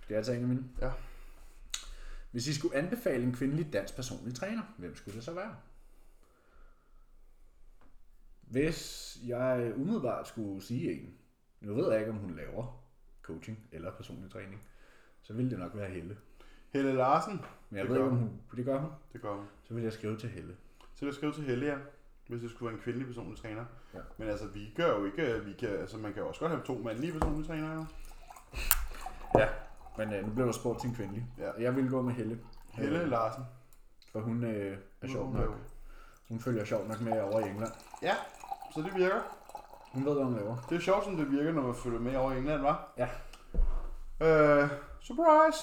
Speaker 1: Det er altså en af mine.
Speaker 2: Ja.
Speaker 1: Hvis I skulle anbefale en kvindelig dansk personlig træner, hvem skulle det så være? Hvis jeg umiddelbart skulle sige en, nu ved jeg ikke, om hun laver coaching eller personlig træning, så ville det nok være Helle.
Speaker 2: Helle Larsen.
Speaker 1: Men jeg
Speaker 2: Det
Speaker 1: det ved
Speaker 2: gør
Speaker 1: ikke, om hun, det gør hun.
Speaker 2: Det gør hun.
Speaker 1: Så vil jeg skrive til Helle.
Speaker 2: Så vil jeg skrive til Helle, ja. Hvis det skulle være en kvindelig personlig træner.
Speaker 1: Ja.
Speaker 2: Men altså, vi gør jo ikke... Vi kan, altså, man kan jo også godt have to mandlige personlige trænere. jo.
Speaker 1: Ja, men øh, nu blev der spurgt til en kvindelig.
Speaker 2: Ja.
Speaker 1: Jeg ville gå med Helle,
Speaker 2: Helle
Speaker 1: Øh,
Speaker 2: Larsen.
Speaker 1: for hun øh, er sjov
Speaker 2: Hun er jo-
Speaker 1: nok. Hun følger sjov nok med over i England.
Speaker 2: Ja, så det virker.
Speaker 1: Hun ved, hvad hun laver.
Speaker 2: Det er sjovt, som det virker, når man følger med over i England, var.
Speaker 1: Ja.
Speaker 2: Øh, surprise!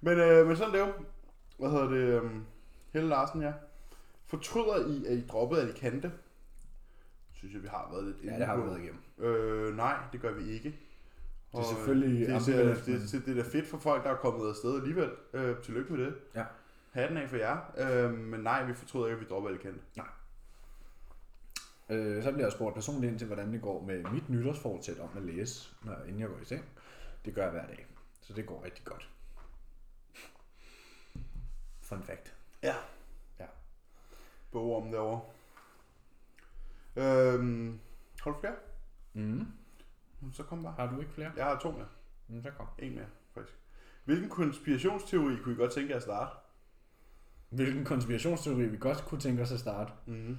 Speaker 2: Men, øh, men sådan er det jo. Hvad hedder det? Um, Helle Larsen, ja. Fortryder I, at I droppede Alicante? Synes jeg, vi har været lidt
Speaker 1: Ja,
Speaker 2: inde
Speaker 1: det har
Speaker 2: på.
Speaker 1: hun været igennem.
Speaker 2: Øh, nej, det gør vi ikke.
Speaker 1: Det er
Speaker 2: Og, øh,
Speaker 1: selvfølgelig
Speaker 2: det, det,
Speaker 1: ambivalent,
Speaker 2: det, det, det, det er da fedt for folk, der er kommet afsted alligevel. Øh, tillykke med det.
Speaker 1: Ja.
Speaker 2: Hatten af for jer. Øh, men nej, vi fortryder ikke, at vi dropper Alicante.
Speaker 1: Øh, så bliver jeg spurgt personligt ind til, hvordan det går med mit nytårsfortsæt om at læse, når, inden jeg går i seng. Det gør jeg hver dag, så det går rigtig godt. Fun fact.
Speaker 2: Ja.
Speaker 1: Ja.
Speaker 2: Bog om derovre. Øhm, har du flere?
Speaker 1: Mm.
Speaker 2: Jamen, Så kom bare.
Speaker 1: Har du ikke flere?
Speaker 2: Jeg har to mere.
Speaker 1: Mm, så kom.
Speaker 2: En mere, faktisk. Hvilken konspirationsteori kunne I godt tænke jer at starte?
Speaker 1: Hvilken konspirationsteori vi godt kunne tænke os at starte?
Speaker 2: Mm-hmm.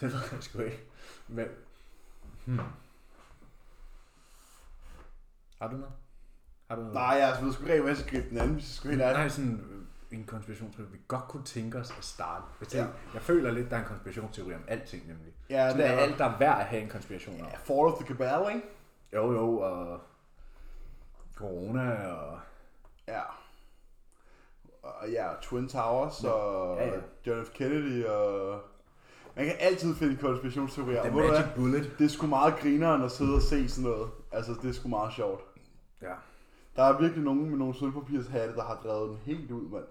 Speaker 1: Det ved jeg sgu ikke. Men... Hmm. Har du noget? Har du noget?
Speaker 2: Nej, jeg ved sgu ikke, hvad jeg skal gribe den anden, hvis jeg skulle helt ærlig.
Speaker 1: Nej, sådan øh, en konspirationsteori, vi godt kunne tænke os at starte. Jeg, tænker,
Speaker 2: Ja.
Speaker 1: ja. jeg føler lidt, der er en konspirationsteori om alting nemlig.
Speaker 2: Ja,
Speaker 1: Sådan
Speaker 2: det
Speaker 1: er
Speaker 2: er
Speaker 1: alt, der er værd at have en konspiration om.
Speaker 2: Ja, Fall of the Cabal, ikke?
Speaker 1: Jo, jo, og corona og...
Speaker 2: Ja. Og ja, Twin Towers og
Speaker 1: Ja, ja.
Speaker 2: John F. Kennedy og... Man kan altid finde konspirationsteorier.
Speaker 1: The
Speaker 2: og ved du hvad?
Speaker 1: Magic Bullet.
Speaker 2: Det er sgu meget grineren at sidde og se sådan noget. Altså, det er sgu meget sjovt.
Speaker 1: Ja.
Speaker 2: Der er virkelig nogen med nogle sølvpapirshatte, der har drevet den helt ud, mand.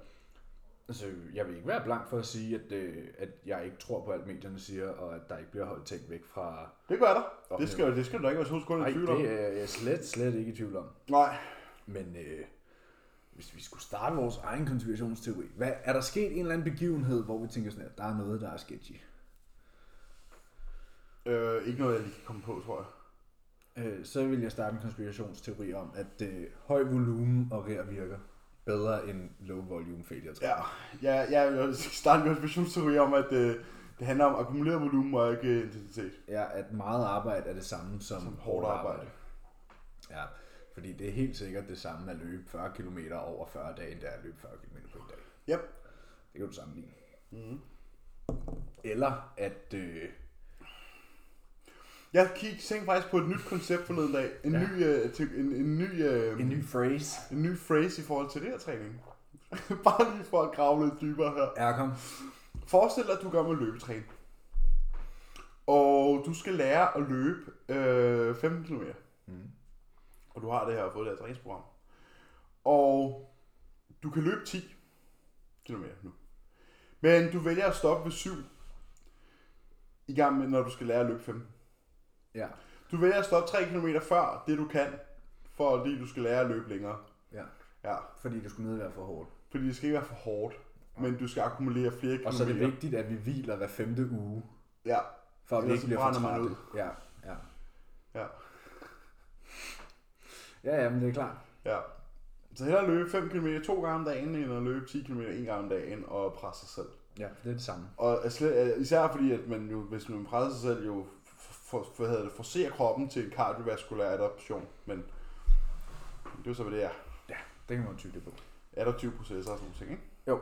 Speaker 1: Altså, jeg vil ikke være blank for at sige, at, øh, at jeg ikke tror på alt medierne siger, og at der ikke bliver holdt ting væk fra...
Speaker 2: Det gør der.
Speaker 1: Nå,
Speaker 2: Det skal, det skal du da ikke være to sekunder
Speaker 1: Nej,
Speaker 2: i tvivl om.
Speaker 1: det er jeg slet, slet ikke i tvivl om.
Speaker 2: Nej.
Speaker 1: Men øh, hvis vi skulle starte vores egen konspirationsteori, hvad, er der sket en eller anden begivenhed, hvor vi tænker sådan, at der er noget, der er sketchy?
Speaker 2: Øh, ikke noget, jeg lige kan komme på, tror jeg.
Speaker 1: Øh, så vil jeg starte en konspirationsteori om, at øh, høj volumen og rær virker bedre end low volume failure.
Speaker 2: Ja, jeg, jeg vil starte en konspirationsteori om, at øh, det handler om akkumuleret volumen og ikke øh, intensitet.
Speaker 1: er, at meget arbejde er det samme som,
Speaker 2: Som hårdt arbejde.
Speaker 1: Ja, fordi det er helt sikkert det samme at løbe 40 km over 40 dage, end det er at løbe 40 km på en dag.
Speaker 2: Yep.
Speaker 1: Det kan du sammenligne.
Speaker 2: Mhm.
Speaker 1: Eller at... Øh,
Speaker 2: Jeg kig, tænkte faktisk på et nyt koncept forleden dag. En ja.
Speaker 1: Ja.
Speaker 2: ny, øh, te- en, en, ny, øh,
Speaker 1: en ny phrase.
Speaker 2: en ny phrase i forhold til riddertræning. Bare lige for at grave lidt dybere her.
Speaker 1: Ja, kom.
Speaker 2: Forestil dig, at du gør med løbetræning. Og du skal lære at løbe øh, 15 km.
Speaker 1: Mm.
Speaker 2: Og du har det her, fået det her træningsprogram. Og du kan løbe 10 km nu. Men du vælger at stoppe ved 7 i gang med, når du skal lære at løbe 15.
Speaker 1: Ja,
Speaker 2: Du vælger at stoppe 3 km før det, du kan, for lige du skal lære at løbe længere.
Speaker 1: ja.
Speaker 2: Ja,
Speaker 1: Fordi det skulle ned være for hårdt.
Speaker 2: fordi det skal ikke være for hårdt, men du skal akkumulere flere kilometer.
Speaker 1: Og så er det vigtigt, at vi hviler hver femte uge,
Speaker 2: Ja,
Speaker 1: for at vi
Speaker 2: Ellers
Speaker 1: ikke
Speaker 2: så
Speaker 1: bliver for
Speaker 2: brænder man
Speaker 1: trætte. Ja, ja.
Speaker 2: Ja.
Speaker 1: Ja, ja, men det er klart.
Speaker 2: Ja. Så hellere løbe 5 km to gange om dagen, end at løbe 10 km en gang om dagen og presse sig selv.
Speaker 1: Ja, det er det samme.
Speaker 2: Og er slet, især fordi, at man jo, hvis man presser sig selv, jo for, for, hvad hedder det, forser kroppen til en kardiovaskulær adaption. Men det er jo så, hvad det er.
Speaker 1: Ja, det kan man tyde det på.
Speaker 2: Adaptive processer og sådan nogle ting, ikke?
Speaker 1: Jo.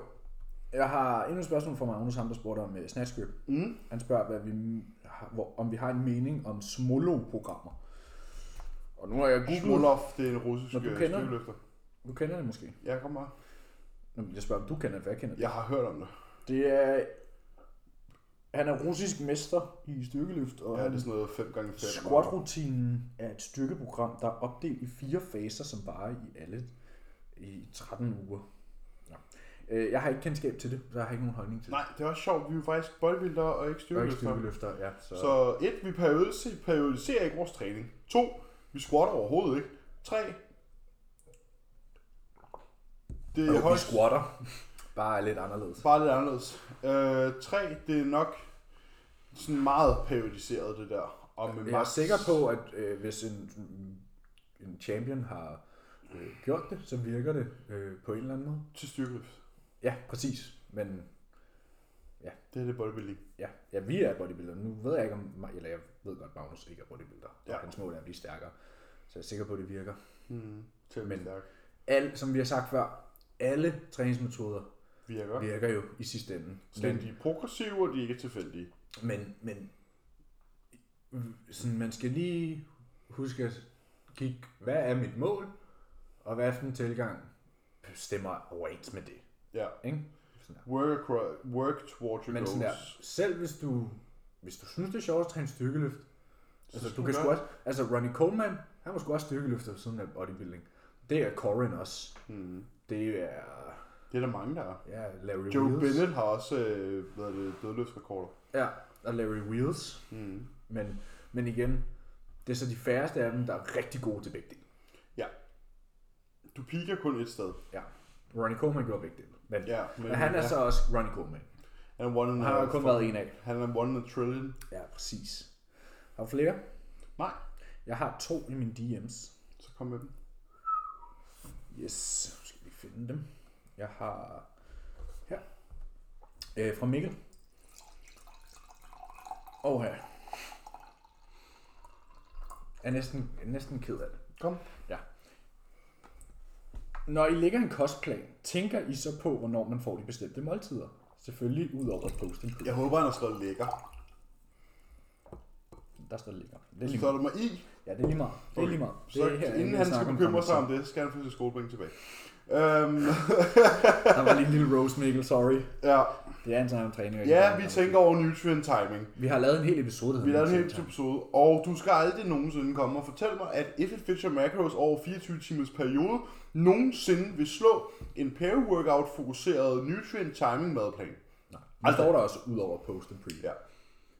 Speaker 1: Jeg har endnu et spørgsmål fra Magnus, ham der spurgte om uh, snatch grip.
Speaker 2: Mm.
Speaker 1: Han spørger, hvad vi, har- hvor, om vi har en mening om smolo-programmer. Og nu har jeg googlet...
Speaker 2: Smolov, det er en russisk
Speaker 1: Nå, du
Speaker 2: øh,
Speaker 1: kender?
Speaker 2: styrkeløfter.
Speaker 1: Du kender det måske.
Speaker 2: Ja, kom bare.
Speaker 1: Nå, men Jeg spørger, om du kender det, for jeg kender det.
Speaker 2: Jeg har hørt om det.
Speaker 1: Det er... Han er russisk mester i styrkeløft, og
Speaker 2: Ja,
Speaker 1: han
Speaker 2: det er sådan noget 5 gange 5
Speaker 1: Squat-rutinen er et styrkeprogram, der er opdelt i fire faser, som varer i alle i 13 uger. Ja. Øh, Jeg har ikke kendskab til det, så jeg har ikke nogen holdning til det.
Speaker 2: Nej, det er også sjovt. Vi er jo faktisk boldbilder og ikke
Speaker 1: jeg er ikke
Speaker 2: styrkeløfter.
Speaker 1: styrkeløfter, ja. Så, så.
Speaker 2: Så et, vi periodiser, periodiserer ikke vores træning. To, vi squatter overhovedet ikke. Tre, det er
Speaker 1: Jo, Altså, vi
Speaker 2: højst
Speaker 1: squatter. Bare er lidt anderledes.
Speaker 2: bare lidt anderledes. Øh, tre, det er nok sådan meget periodiseret det der. Og med
Speaker 1: Jeg er
Speaker 2: max-
Speaker 1: sikker på, at øh, hvis en, en champion har øh, gjort det, så virker det øh, på en eller anden måde.
Speaker 2: til styrkeløft.
Speaker 1: Ja, præcis. Men
Speaker 2: Det er det bodybuilding.
Speaker 1: ja, ja vi er bodybuilder. Nu ved jeg ikke om, eller jeg ved godt, Magnus ikke er bodybuilder. Ja.
Speaker 2: Ja.
Speaker 1: Hans mål er at blive stærkere. Så jeg er sikker på, at det virker.
Speaker 2: Hmm. Til at
Speaker 1: Men-
Speaker 2: blive stærk.
Speaker 1: al, som vi har sagt før, alle træningsmetoder
Speaker 2: Virker.
Speaker 1: virker jo i sidste ende.
Speaker 2: Så
Speaker 1: Men,
Speaker 2: de er progressive, og de er ikke tilfældige.
Speaker 1: men, men sådan, man skal lige huske at kigge, hvad er mit mål, og hvad for en tilgang stemmer overens med det.
Speaker 2: Ja.
Speaker 1: Ikke? Sådan der.
Speaker 2: Work, acro- work towards your
Speaker 1: Men sådan der,
Speaker 2: goals.
Speaker 1: selv hvis du, hvis du synes, det er sjovt at træne styrkeløft, altså,
Speaker 2: skal
Speaker 1: du
Speaker 2: du
Speaker 1: kan
Speaker 2: gøre
Speaker 1: sgu også, altså Ronnie Coleman, han var sgu også styrkeløfter sådan af bodybuilding. Det er Corin også.
Speaker 2: Hmm.
Speaker 1: Det er
Speaker 2: Det er der mange, der er.
Speaker 1: ja, Larry
Speaker 2: Joe
Speaker 1: Wheels.
Speaker 2: Bennett har også øh, hvad er det, dødløftsrekorder.
Speaker 1: Ja, og Larry Wheels.
Speaker 2: Mm.
Speaker 1: Men, men igen, det er så de færreste af dem, der er rigtig gode til begge dele.
Speaker 2: Du piker kun et sted.
Speaker 1: Ronnie Coleman gjorde begge dele. Men, ja,
Speaker 2: Ja,
Speaker 1: men han er så også Ronnie Coleman.
Speaker 2: Han er one in
Speaker 1: Han har
Speaker 2: a-
Speaker 1: jo kun været en af.
Speaker 2: Han er one in a trillion.
Speaker 1: Ja, præcis. Har du flere?
Speaker 2: Nej,
Speaker 1: Jeg har to i mine DM's.
Speaker 2: så kom med dem.
Speaker 1: Yes, nu skal vi finde dem. Jeg har her. Øh, fra Mikkel. Og her. Jeg er næsten, jeg er næsten ked af det.
Speaker 2: Kom.
Speaker 1: Ja. Når I lægger en kostplan, tænker I så på, hvornår man får de bestemte måltider? Selvfølgelig ud over at poste en
Speaker 2: Jeg håber, han har skrevet lækker.
Speaker 1: Der står det lækker. Det er lige
Speaker 2: Så er
Speaker 1: meget.
Speaker 2: der mig i.
Speaker 1: Ja, det er lige meget. Det er lige meget.
Speaker 2: Så
Speaker 1: det er her,
Speaker 2: inden
Speaker 1: jeg
Speaker 2: han
Speaker 1: snakker
Speaker 2: skal
Speaker 1: om
Speaker 2: bekymre sig
Speaker 1: kompetencer.
Speaker 2: om det, skal han få sin skolepenge tilbage. Øhm,
Speaker 1: Der var lige en lille rose, Mikkel. Sorry.
Speaker 2: ja.
Speaker 1: Det er en sådan træning. og
Speaker 2: ja,
Speaker 1: ikke en
Speaker 2: vi
Speaker 1: anden.
Speaker 2: tænker over nutrient timing.
Speaker 1: Vi har lavet en hel episode, der
Speaker 2: Vi lavede en
Speaker 1: hedder
Speaker 2: hel episode, og du skal aldrig nogensinde komme og fortælle mig, at If It Fits Your Macros over 24 timers periode nogensinde vil slå en pair workout fokuseret nutrient timing madplan.
Speaker 1: Nej. Nu står der også ud over post and pre.
Speaker 2: Ja.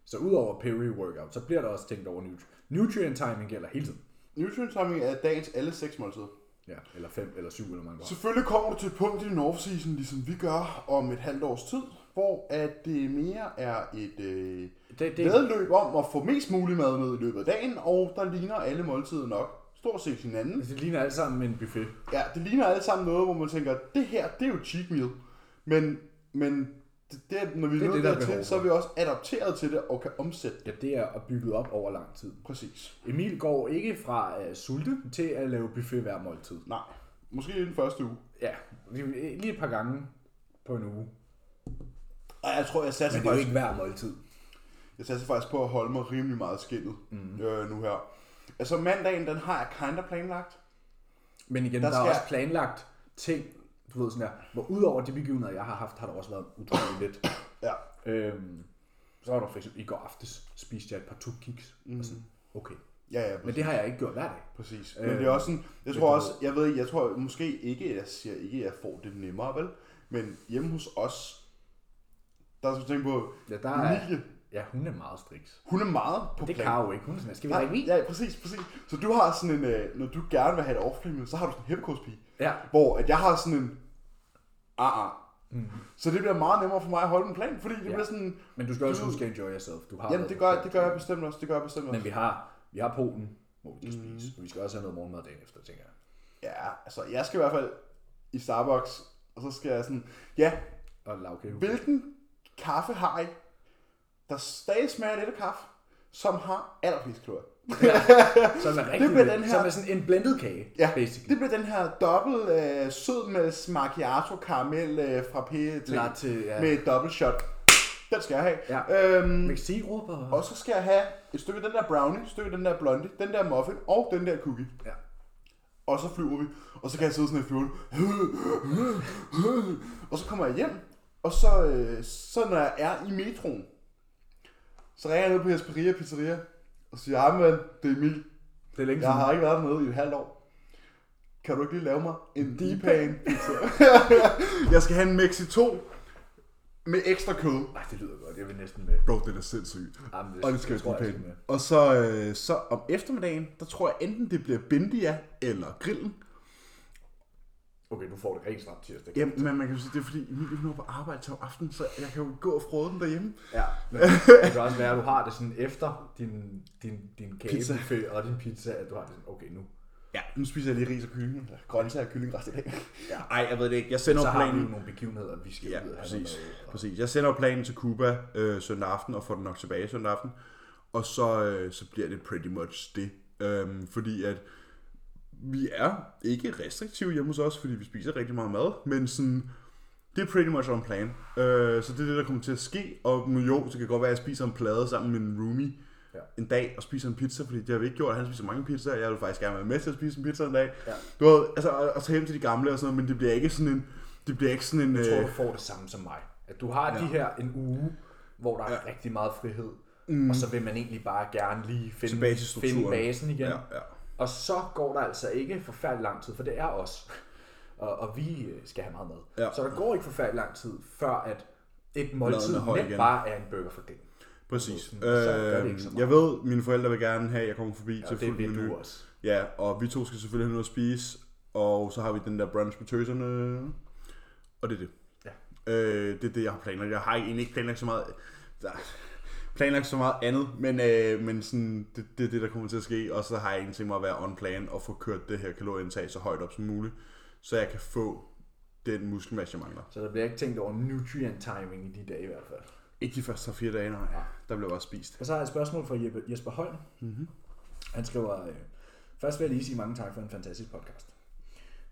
Speaker 1: Så ud over peri-workout, så bliver der også tænkt over nutrient. Nutrient timing gælder hele tiden.
Speaker 2: Nutrient timing er dagens alle seks måltider.
Speaker 1: Ja, eller fem, eller syv, eller mange
Speaker 2: Selvfølgelig kommer du til et punkt i din offseason, ligesom vi gør om et halvt års tid, hvor at det mere er et øh,
Speaker 1: Det, det,
Speaker 2: vedløb om at få mest mulig mad med i løbet af dagen, og der ligner alle måltider nok stort set hinanden.
Speaker 1: det ligner alt sammen en buffet.
Speaker 2: Ja, det ligner alle sammen noget, hvor man tænker, det her, det er jo cheat meal. Men, men det, det, når vi
Speaker 1: Det er
Speaker 2: er
Speaker 1: det,
Speaker 2: nået
Speaker 1: der er behov
Speaker 2: dertil,
Speaker 1: for.
Speaker 2: så er vi også adapteret til det og kan omsætte det.
Speaker 1: Ja, det er at bygget op over lang tid.
Speaker 2: Præcis.
Speaker 1: Emil går ikke fra uh, sulte til at lave buffet hver måltid.
Speaker 2: Nej. Måske i den første uge.
Speaker 1: Ja, lige lige et par gange på en uge.
Speaker 2: Ej, jeg tror, jeg satte
Speaker 1: Men det er jo ikke hver måltid.
Speaker 2: Jeg satser faktisk på at holde mig rimelig meget skinnet mm.
Speaker 1: Mhm.
Speaker 2: øh, nu her. Altså mandagen, den har jeg kinda planlagt.
Speaker 1: Men igen, der,
Speaker 2: Der
Speaker 1: der er
Speaker 2: skal-
Speaker 1: også planlagt ting, du ved sådan der, hvor udover de begivenheder, jeg har haft, har der også været utroligt lidt.
Speaker 2: Ja.
Speaker 1: Øhm, så var der for eksempel i går aftes, spiste jeg et par tubkiks. Mm. Og sådan, okay.
Speaker 2: Ja, ja,
Speaker 1: Men Øh,
Speaker 2: præcis.
Speaker 1: det har jeg ikke gjort hver dag.
Speaker 2: præcis. Men det er også sådan, jeg tror også, jeg ved ikke, jeg tror måske ikke, jeg siger ikke, at jeg får det nemmere, vel? Men hjemme hos os, der skal du tænke på,
Speaker 1: Ja, der er,
Speaker 2: Emilie,
Speaker 1: ja hun er meget striks.
Speaker 2: hun er meget på
Speaker 1: Det
Speaker 2: plan.
Speaker 1: kan jo ikke. Hun er sådan, her, skal vi
Speaker 2: Nej,
Speaker 1: drikke vin?
Speaker 2: Ja, præcis, præcis. Så du har sådan en, øh, når du gerne vil have et off så har du sådan en hæppekårspige.
Speaker 1: Ja.
Speaker 2: Hvor at jeg har sådan en, ah, ah. Mm. Så det bliver meget nemmere for mig at holde en plan, fordi det
Speaker 1: Mhm. Ja.
Speaker 2: bliver sådan,
Speaker 1: Men du skal også
Speaker 2: Du-
Speaker 1: huske at enjoy yourself. Du har
Speaker 2: Jamen
Speaker 1: været
Speaker 2: det
Speaker 1: på
Speaker 2: gør,
Speaker 1: plan.
Speaker 2: det gør jeg bestemt også, det gør jeg bestemt
Speaker 1: Men
Speaker 2: også.
Speaker 1: vi har Vi har Polen, hvor vi skal mm. spise. Og vi skal også have noget morgenmad dagen efter, tænker jeg.
Speaker 3: Ja, altså jeg skal i hvert fald i Starbucks, og så skal jeg sådan, ja,
Speaker 1: Og lavkage.
Speaker 3: hvilken kaffe har I, der stadig smager lidt af kaffe, som har allerflest kalorier?
Speaker 1: Så er man rigtig
Speaker 3: Det bliver den her-
Speaker 1: Så er man sådan en blendet kage,
Speaker 3: Ja,
Speaker 1: basically.
Speaker 3: det bliver den her dobbelt øh, sød med macchiato karamel øh, frappé ting
Speaker 1: Latte, ja.
Speaker 3: med et dobbelt shot. Den skal jeg have.
Speaker 1: Ja.
Speaker 3: Øhm,
Speaker 1: Med sirup og...
Speaker 3: og så skal jeg have et stykke af den der brownie, et stykke af den der blondie, den der muffin og den der cookie.
Speaker 1: Ja.
Speaker 3: Og så flyver vi, og så kan jeg sidde sådan i flyveren. Og så kommer jeg hjem, og så, øh, så når jeg er i metroen, så ringer jeg ned på Hesperia Pizzeria, og siger, hej mand, det er Emil.
Speaker 1: Det er længe
Speaker 3: Jeg
Speaker 1: siden.
Speaker 3: har ikke været dernede i et halvt år. Kan du ikke lige lave mig en D-pan pizza? jeg skal have en Mexi 2 med ekstra kød.
Speaker 1: Ej, det lyder godt. Jeg vil næsten med.
Speaker 2: Bro, det er sindssygt.
Speaker 1: Jamen, det-
Speaker 2: og det skal
Speaker 1: det tror
Speaker 2: jo
Speaker 1: jeg, jeg
Speaker 2: blive
Speaker 1: skal
Speaker 2: pænt.
Speaker 1: med.
Speaker 2: Og så, øh, så om eftermiddagen, der tror jeg enten det bliver Bindia eller Grillen.
Speaker 1: Okay, nu får det rent snart tirsdag.
Speaker 2: Jamen, men man kan jo sige, det er fordi Emilie hun er på arbejde til aften, så jeg kan jo gå og frode den derhjemme.
Speaker 1: Ja, men det kan også være, at du har det sådan efter din, din, din
Speaker 2: Pizza.
Speaker 1: kagebuffet og din pizza, at du har det sådan, okay nu.
Speaker 2: Ja,
Speaker 3: Nu spiser jeg lige ris og kylling. eller Grøntsager og kylling resten af dagen.
Speaker 2: ej, jeg ved det ikke. Jeg sender
Speaker 1: Så
Speaker 2: jo
Speaker 1: har vi jo
Speaker 2: planen.
Speaker 1: nogle begivenheder, vi skal ud og
Speaker 2: Ja,
Speaker 1: have noget
Speaker 2: præcis.
Speaker 1: mad, og-
Speaker 2: præcis. Jeg sender jo planen til Cuba øh, søndag aften og får den nok tilbage søndag aften. Og så, øh, så bliver det pretty much det. Øhm, fordi at vi er ikke restriktive hjemme hos os, fordi vi spiser rigtig meget mad, men sådan, det er pretty much on plan. Øh, så det er det, der kommer til at ske, og nu jo, så kan det godt være, at jeg spiser en plade sammen med en roomie
Speaker 1: Ja.
Speaker 2: ja. en dag, og spiser en pizza, fordi det har vi ikke gjort, han spiser mange pizzaer, jeg vil faktisk gerne være med til at spise en pizza en dag.
Speaker 1: Ja.
Speaker 2: Du ved, altså, og, og tage hjem til de gamle og sådan noget, men det bliver ikke sådan en, det bliver ikke sådan en,
Speaker 1: Jeg tror, du
Speaker 2: øh,
Speaker 1: får det samme som mig. At du har ja. de her en uge, hvor der er ja. rigtig meget frihed, mm. og så vil man egentlig bare gerne lige finde,
Speaker 2: Tilbage til strukturen.
Speaker 1: finde basen igen.
Speaker 2: Ja, ja.
Speaker 1: Og så går der altså ikke forfærdelig lang tid, for det er os, og, og vi øh, skal have meget mad.
Speaker 2: Ja.
Speaker 1: Så der går ikke forfærdelig lang tid, før at et måltid
Speaker 2: høj
Speaker 1: net
Speaker 2: igen.
Speaker 1: bare er en burger for den.
Speaker 2: præcis.
Speaker 1: Så gør det
Speaker 2: Øh,
Speaker 1: ikke så meget.
Speaker 2: jeg ved, mine forældre vil gerne have, at jeg kommer forbi ja, til
Speaker 1: Det
Speaker 2: fuld
Speaker 1: vil
Speaker 2: menu.
Speaker 1: du også.
Speaker 2: Ja, og vi to skal selvfølgelig have noget at spise, og så har vi den der brunch med tøserne, og det er det.
Speaker 1: Ja.
Speaker 2: Øh, det er det, jeg har planlagt. Jeg har egentlig ikke planlagt så meget, der, planlagt så meget andet, men, øh, men sådan, det, det er det, der kommer til at ske. Og så har jeg egentlig tænkt mig at være on plan og få kørt det her kalorieindtag så højt op som muligt, så jeg kan få den muskelmasse, jeg mangler.
Speaker 1: Så der bliver ikke tænkt over nutrient timing i de dage i hvert fald.
Speaker 2: Ikke de første 3-4 dage, nej. Der blev også spist.
Speaker 1: Og så har jeg et spørgsmål fra Jeppe, Jesper Holm. Mm-hmm. Han skriver, øh, først vil jeg lige sige mange tak for en fantastisk podcast.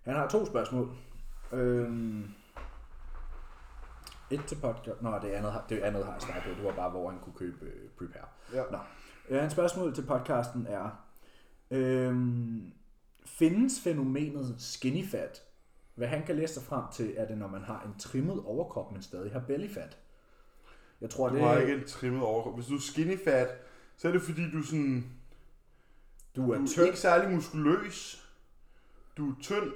Speaker 1: Han har to spørgsmål. Øhm, et til podcast. Nå, det andet, har- det andet har jeg snakket på. Det var bare, hvor han kunne købe øh, Prepare.
Speaker 3: Ja.
Speaker 1: Nå. Øh, Hans spørgsmål til podcasten er, øhm, findes fænomenet skinny fat? Hvad han kan læse sig frem til, er det, når man har en trimmet overkrop, men stadig har belly fat. Jeg tror,
Speaker 3: Du
Speaker 1: det
Speaker 3: har ikke en trimmet overkrop. Hvis du er skinny fat, så er det fordi, du er sådan...
Speaker 1: du er
Speaker 3: Du er
Speaker 1: tynd.
Speaker 3: ikke særlig muskuløs. Du er tynd,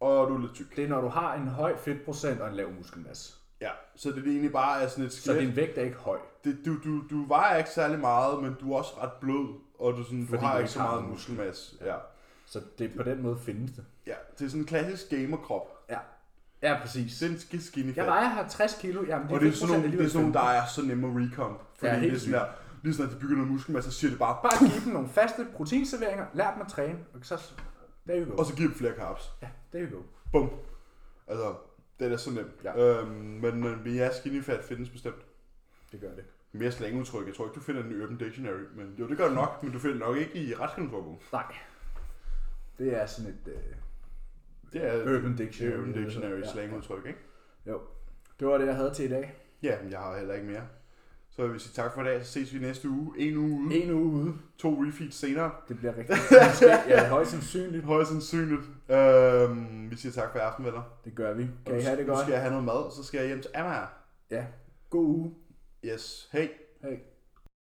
Speaker 3: og du er lidt tyk.
Speaker 1: Det er, når du har en høj fedtprocent og en lav muskelmasse.
Speaker 3: Ja, så det er egentlig bare er sådan et
Speaker 1: Så
Speaker 3: skelet.
Speaker 1: din vægt er ikke høj.
Speaker 3: det, du, du, du vejer ikke særlig meget, men du er også ret blød, og du, sådan, du
Speaker 1: Fordi
Speaker 3: har
Speaker 1: du
Speaker 3: ikke
Speaker 1: ikke
Speaker 3: så
Speaker 1: har
Speaker 3: meget
Speaker 1: nogen
Speaker 3: muskelmasse. Ja.
Speaker 1: Så det, på den måde findes det.
Speaker 3: ja, det er sådan en klassisk gamerkrop.
Speaker 1: Ja, ja præcis.
Speaker 3: Det er en sk- skinny
Speaker 1: Jeg
Speaker 3: fat.
Speaker 1: vejer her 60 kilo. Jamen,
Speaker 3: og det er
Speaker 1: fedtprocent
Speaker 3: sådan nogle, det er
Speaker 1: alligevel
Speaker 3: sådan nogle, der
Speaker 1: fedtprocent.
Speaker 3: er så nemme at recomp. Fordi
Speaker 1: Ja,
Speaker 3: ja,
Speaker 1: helt
Speaker 3: det er sådan
Speaker 1: sygt.
Speaker 3: der, lige sådan, at de bygger noget muskelmasse, så siger det bare,
Speaker 1: Bare give dem nogle faste proteinserveringer. Lær dem at træne. Og så... There you go.
Speaker 3: og så giver dem flere carbs.
Speaker 1: Ja, there you go.
Speaker 3: Bum. Altså, det er så nemt.
Speaker 1: Ja.
Speaker 3: Øhm, men, men ja, skinny fat findes bestemt.
Speaker 1: Det gør det.
Speaker 3: Mere slangudtryk. Jeg tror ikke, du finder den i Urban Dictionary. Men jo, det gør du nok, men du finder den nok ikke i retskrivningsforbogen.
Speaker 1: Nej. Det er sådan et uh,
Speaker 3: Det er
Speaker 1: Urban Dictionary.
Speaker 3: Urban Dictionary
Speaker 1: Ja.
Speaker 3: slangudtryk, ikke?
Speaker 1: Jo. Det var det, jeg havde til i dag.
Speaker 3: Ja, men jeg har heller ikke mere. Så vil vi sige tak for i dag, så ses vi næste uge. En uge ude,
Speaker 1: En uge ude.
Speaker 3: to refeeds senere.
Speaker 1: Det bliver rigtig måske, ja, højst sandsynligt.
Speaker 3: Højst sandsynligt. Øhm, vi siger tak for i aften, venner.
Speaker 1: Det gør vi. Kan I have det
Speaker 3: Nu
Speaker 1: godt?
Speaker 3: skal jeg have noget mad, og så skal jeg hjem til Amager.
Speaker 1: Ja. God uge.
Speaker 3: Yes, hej.
Speaker 1: Hej.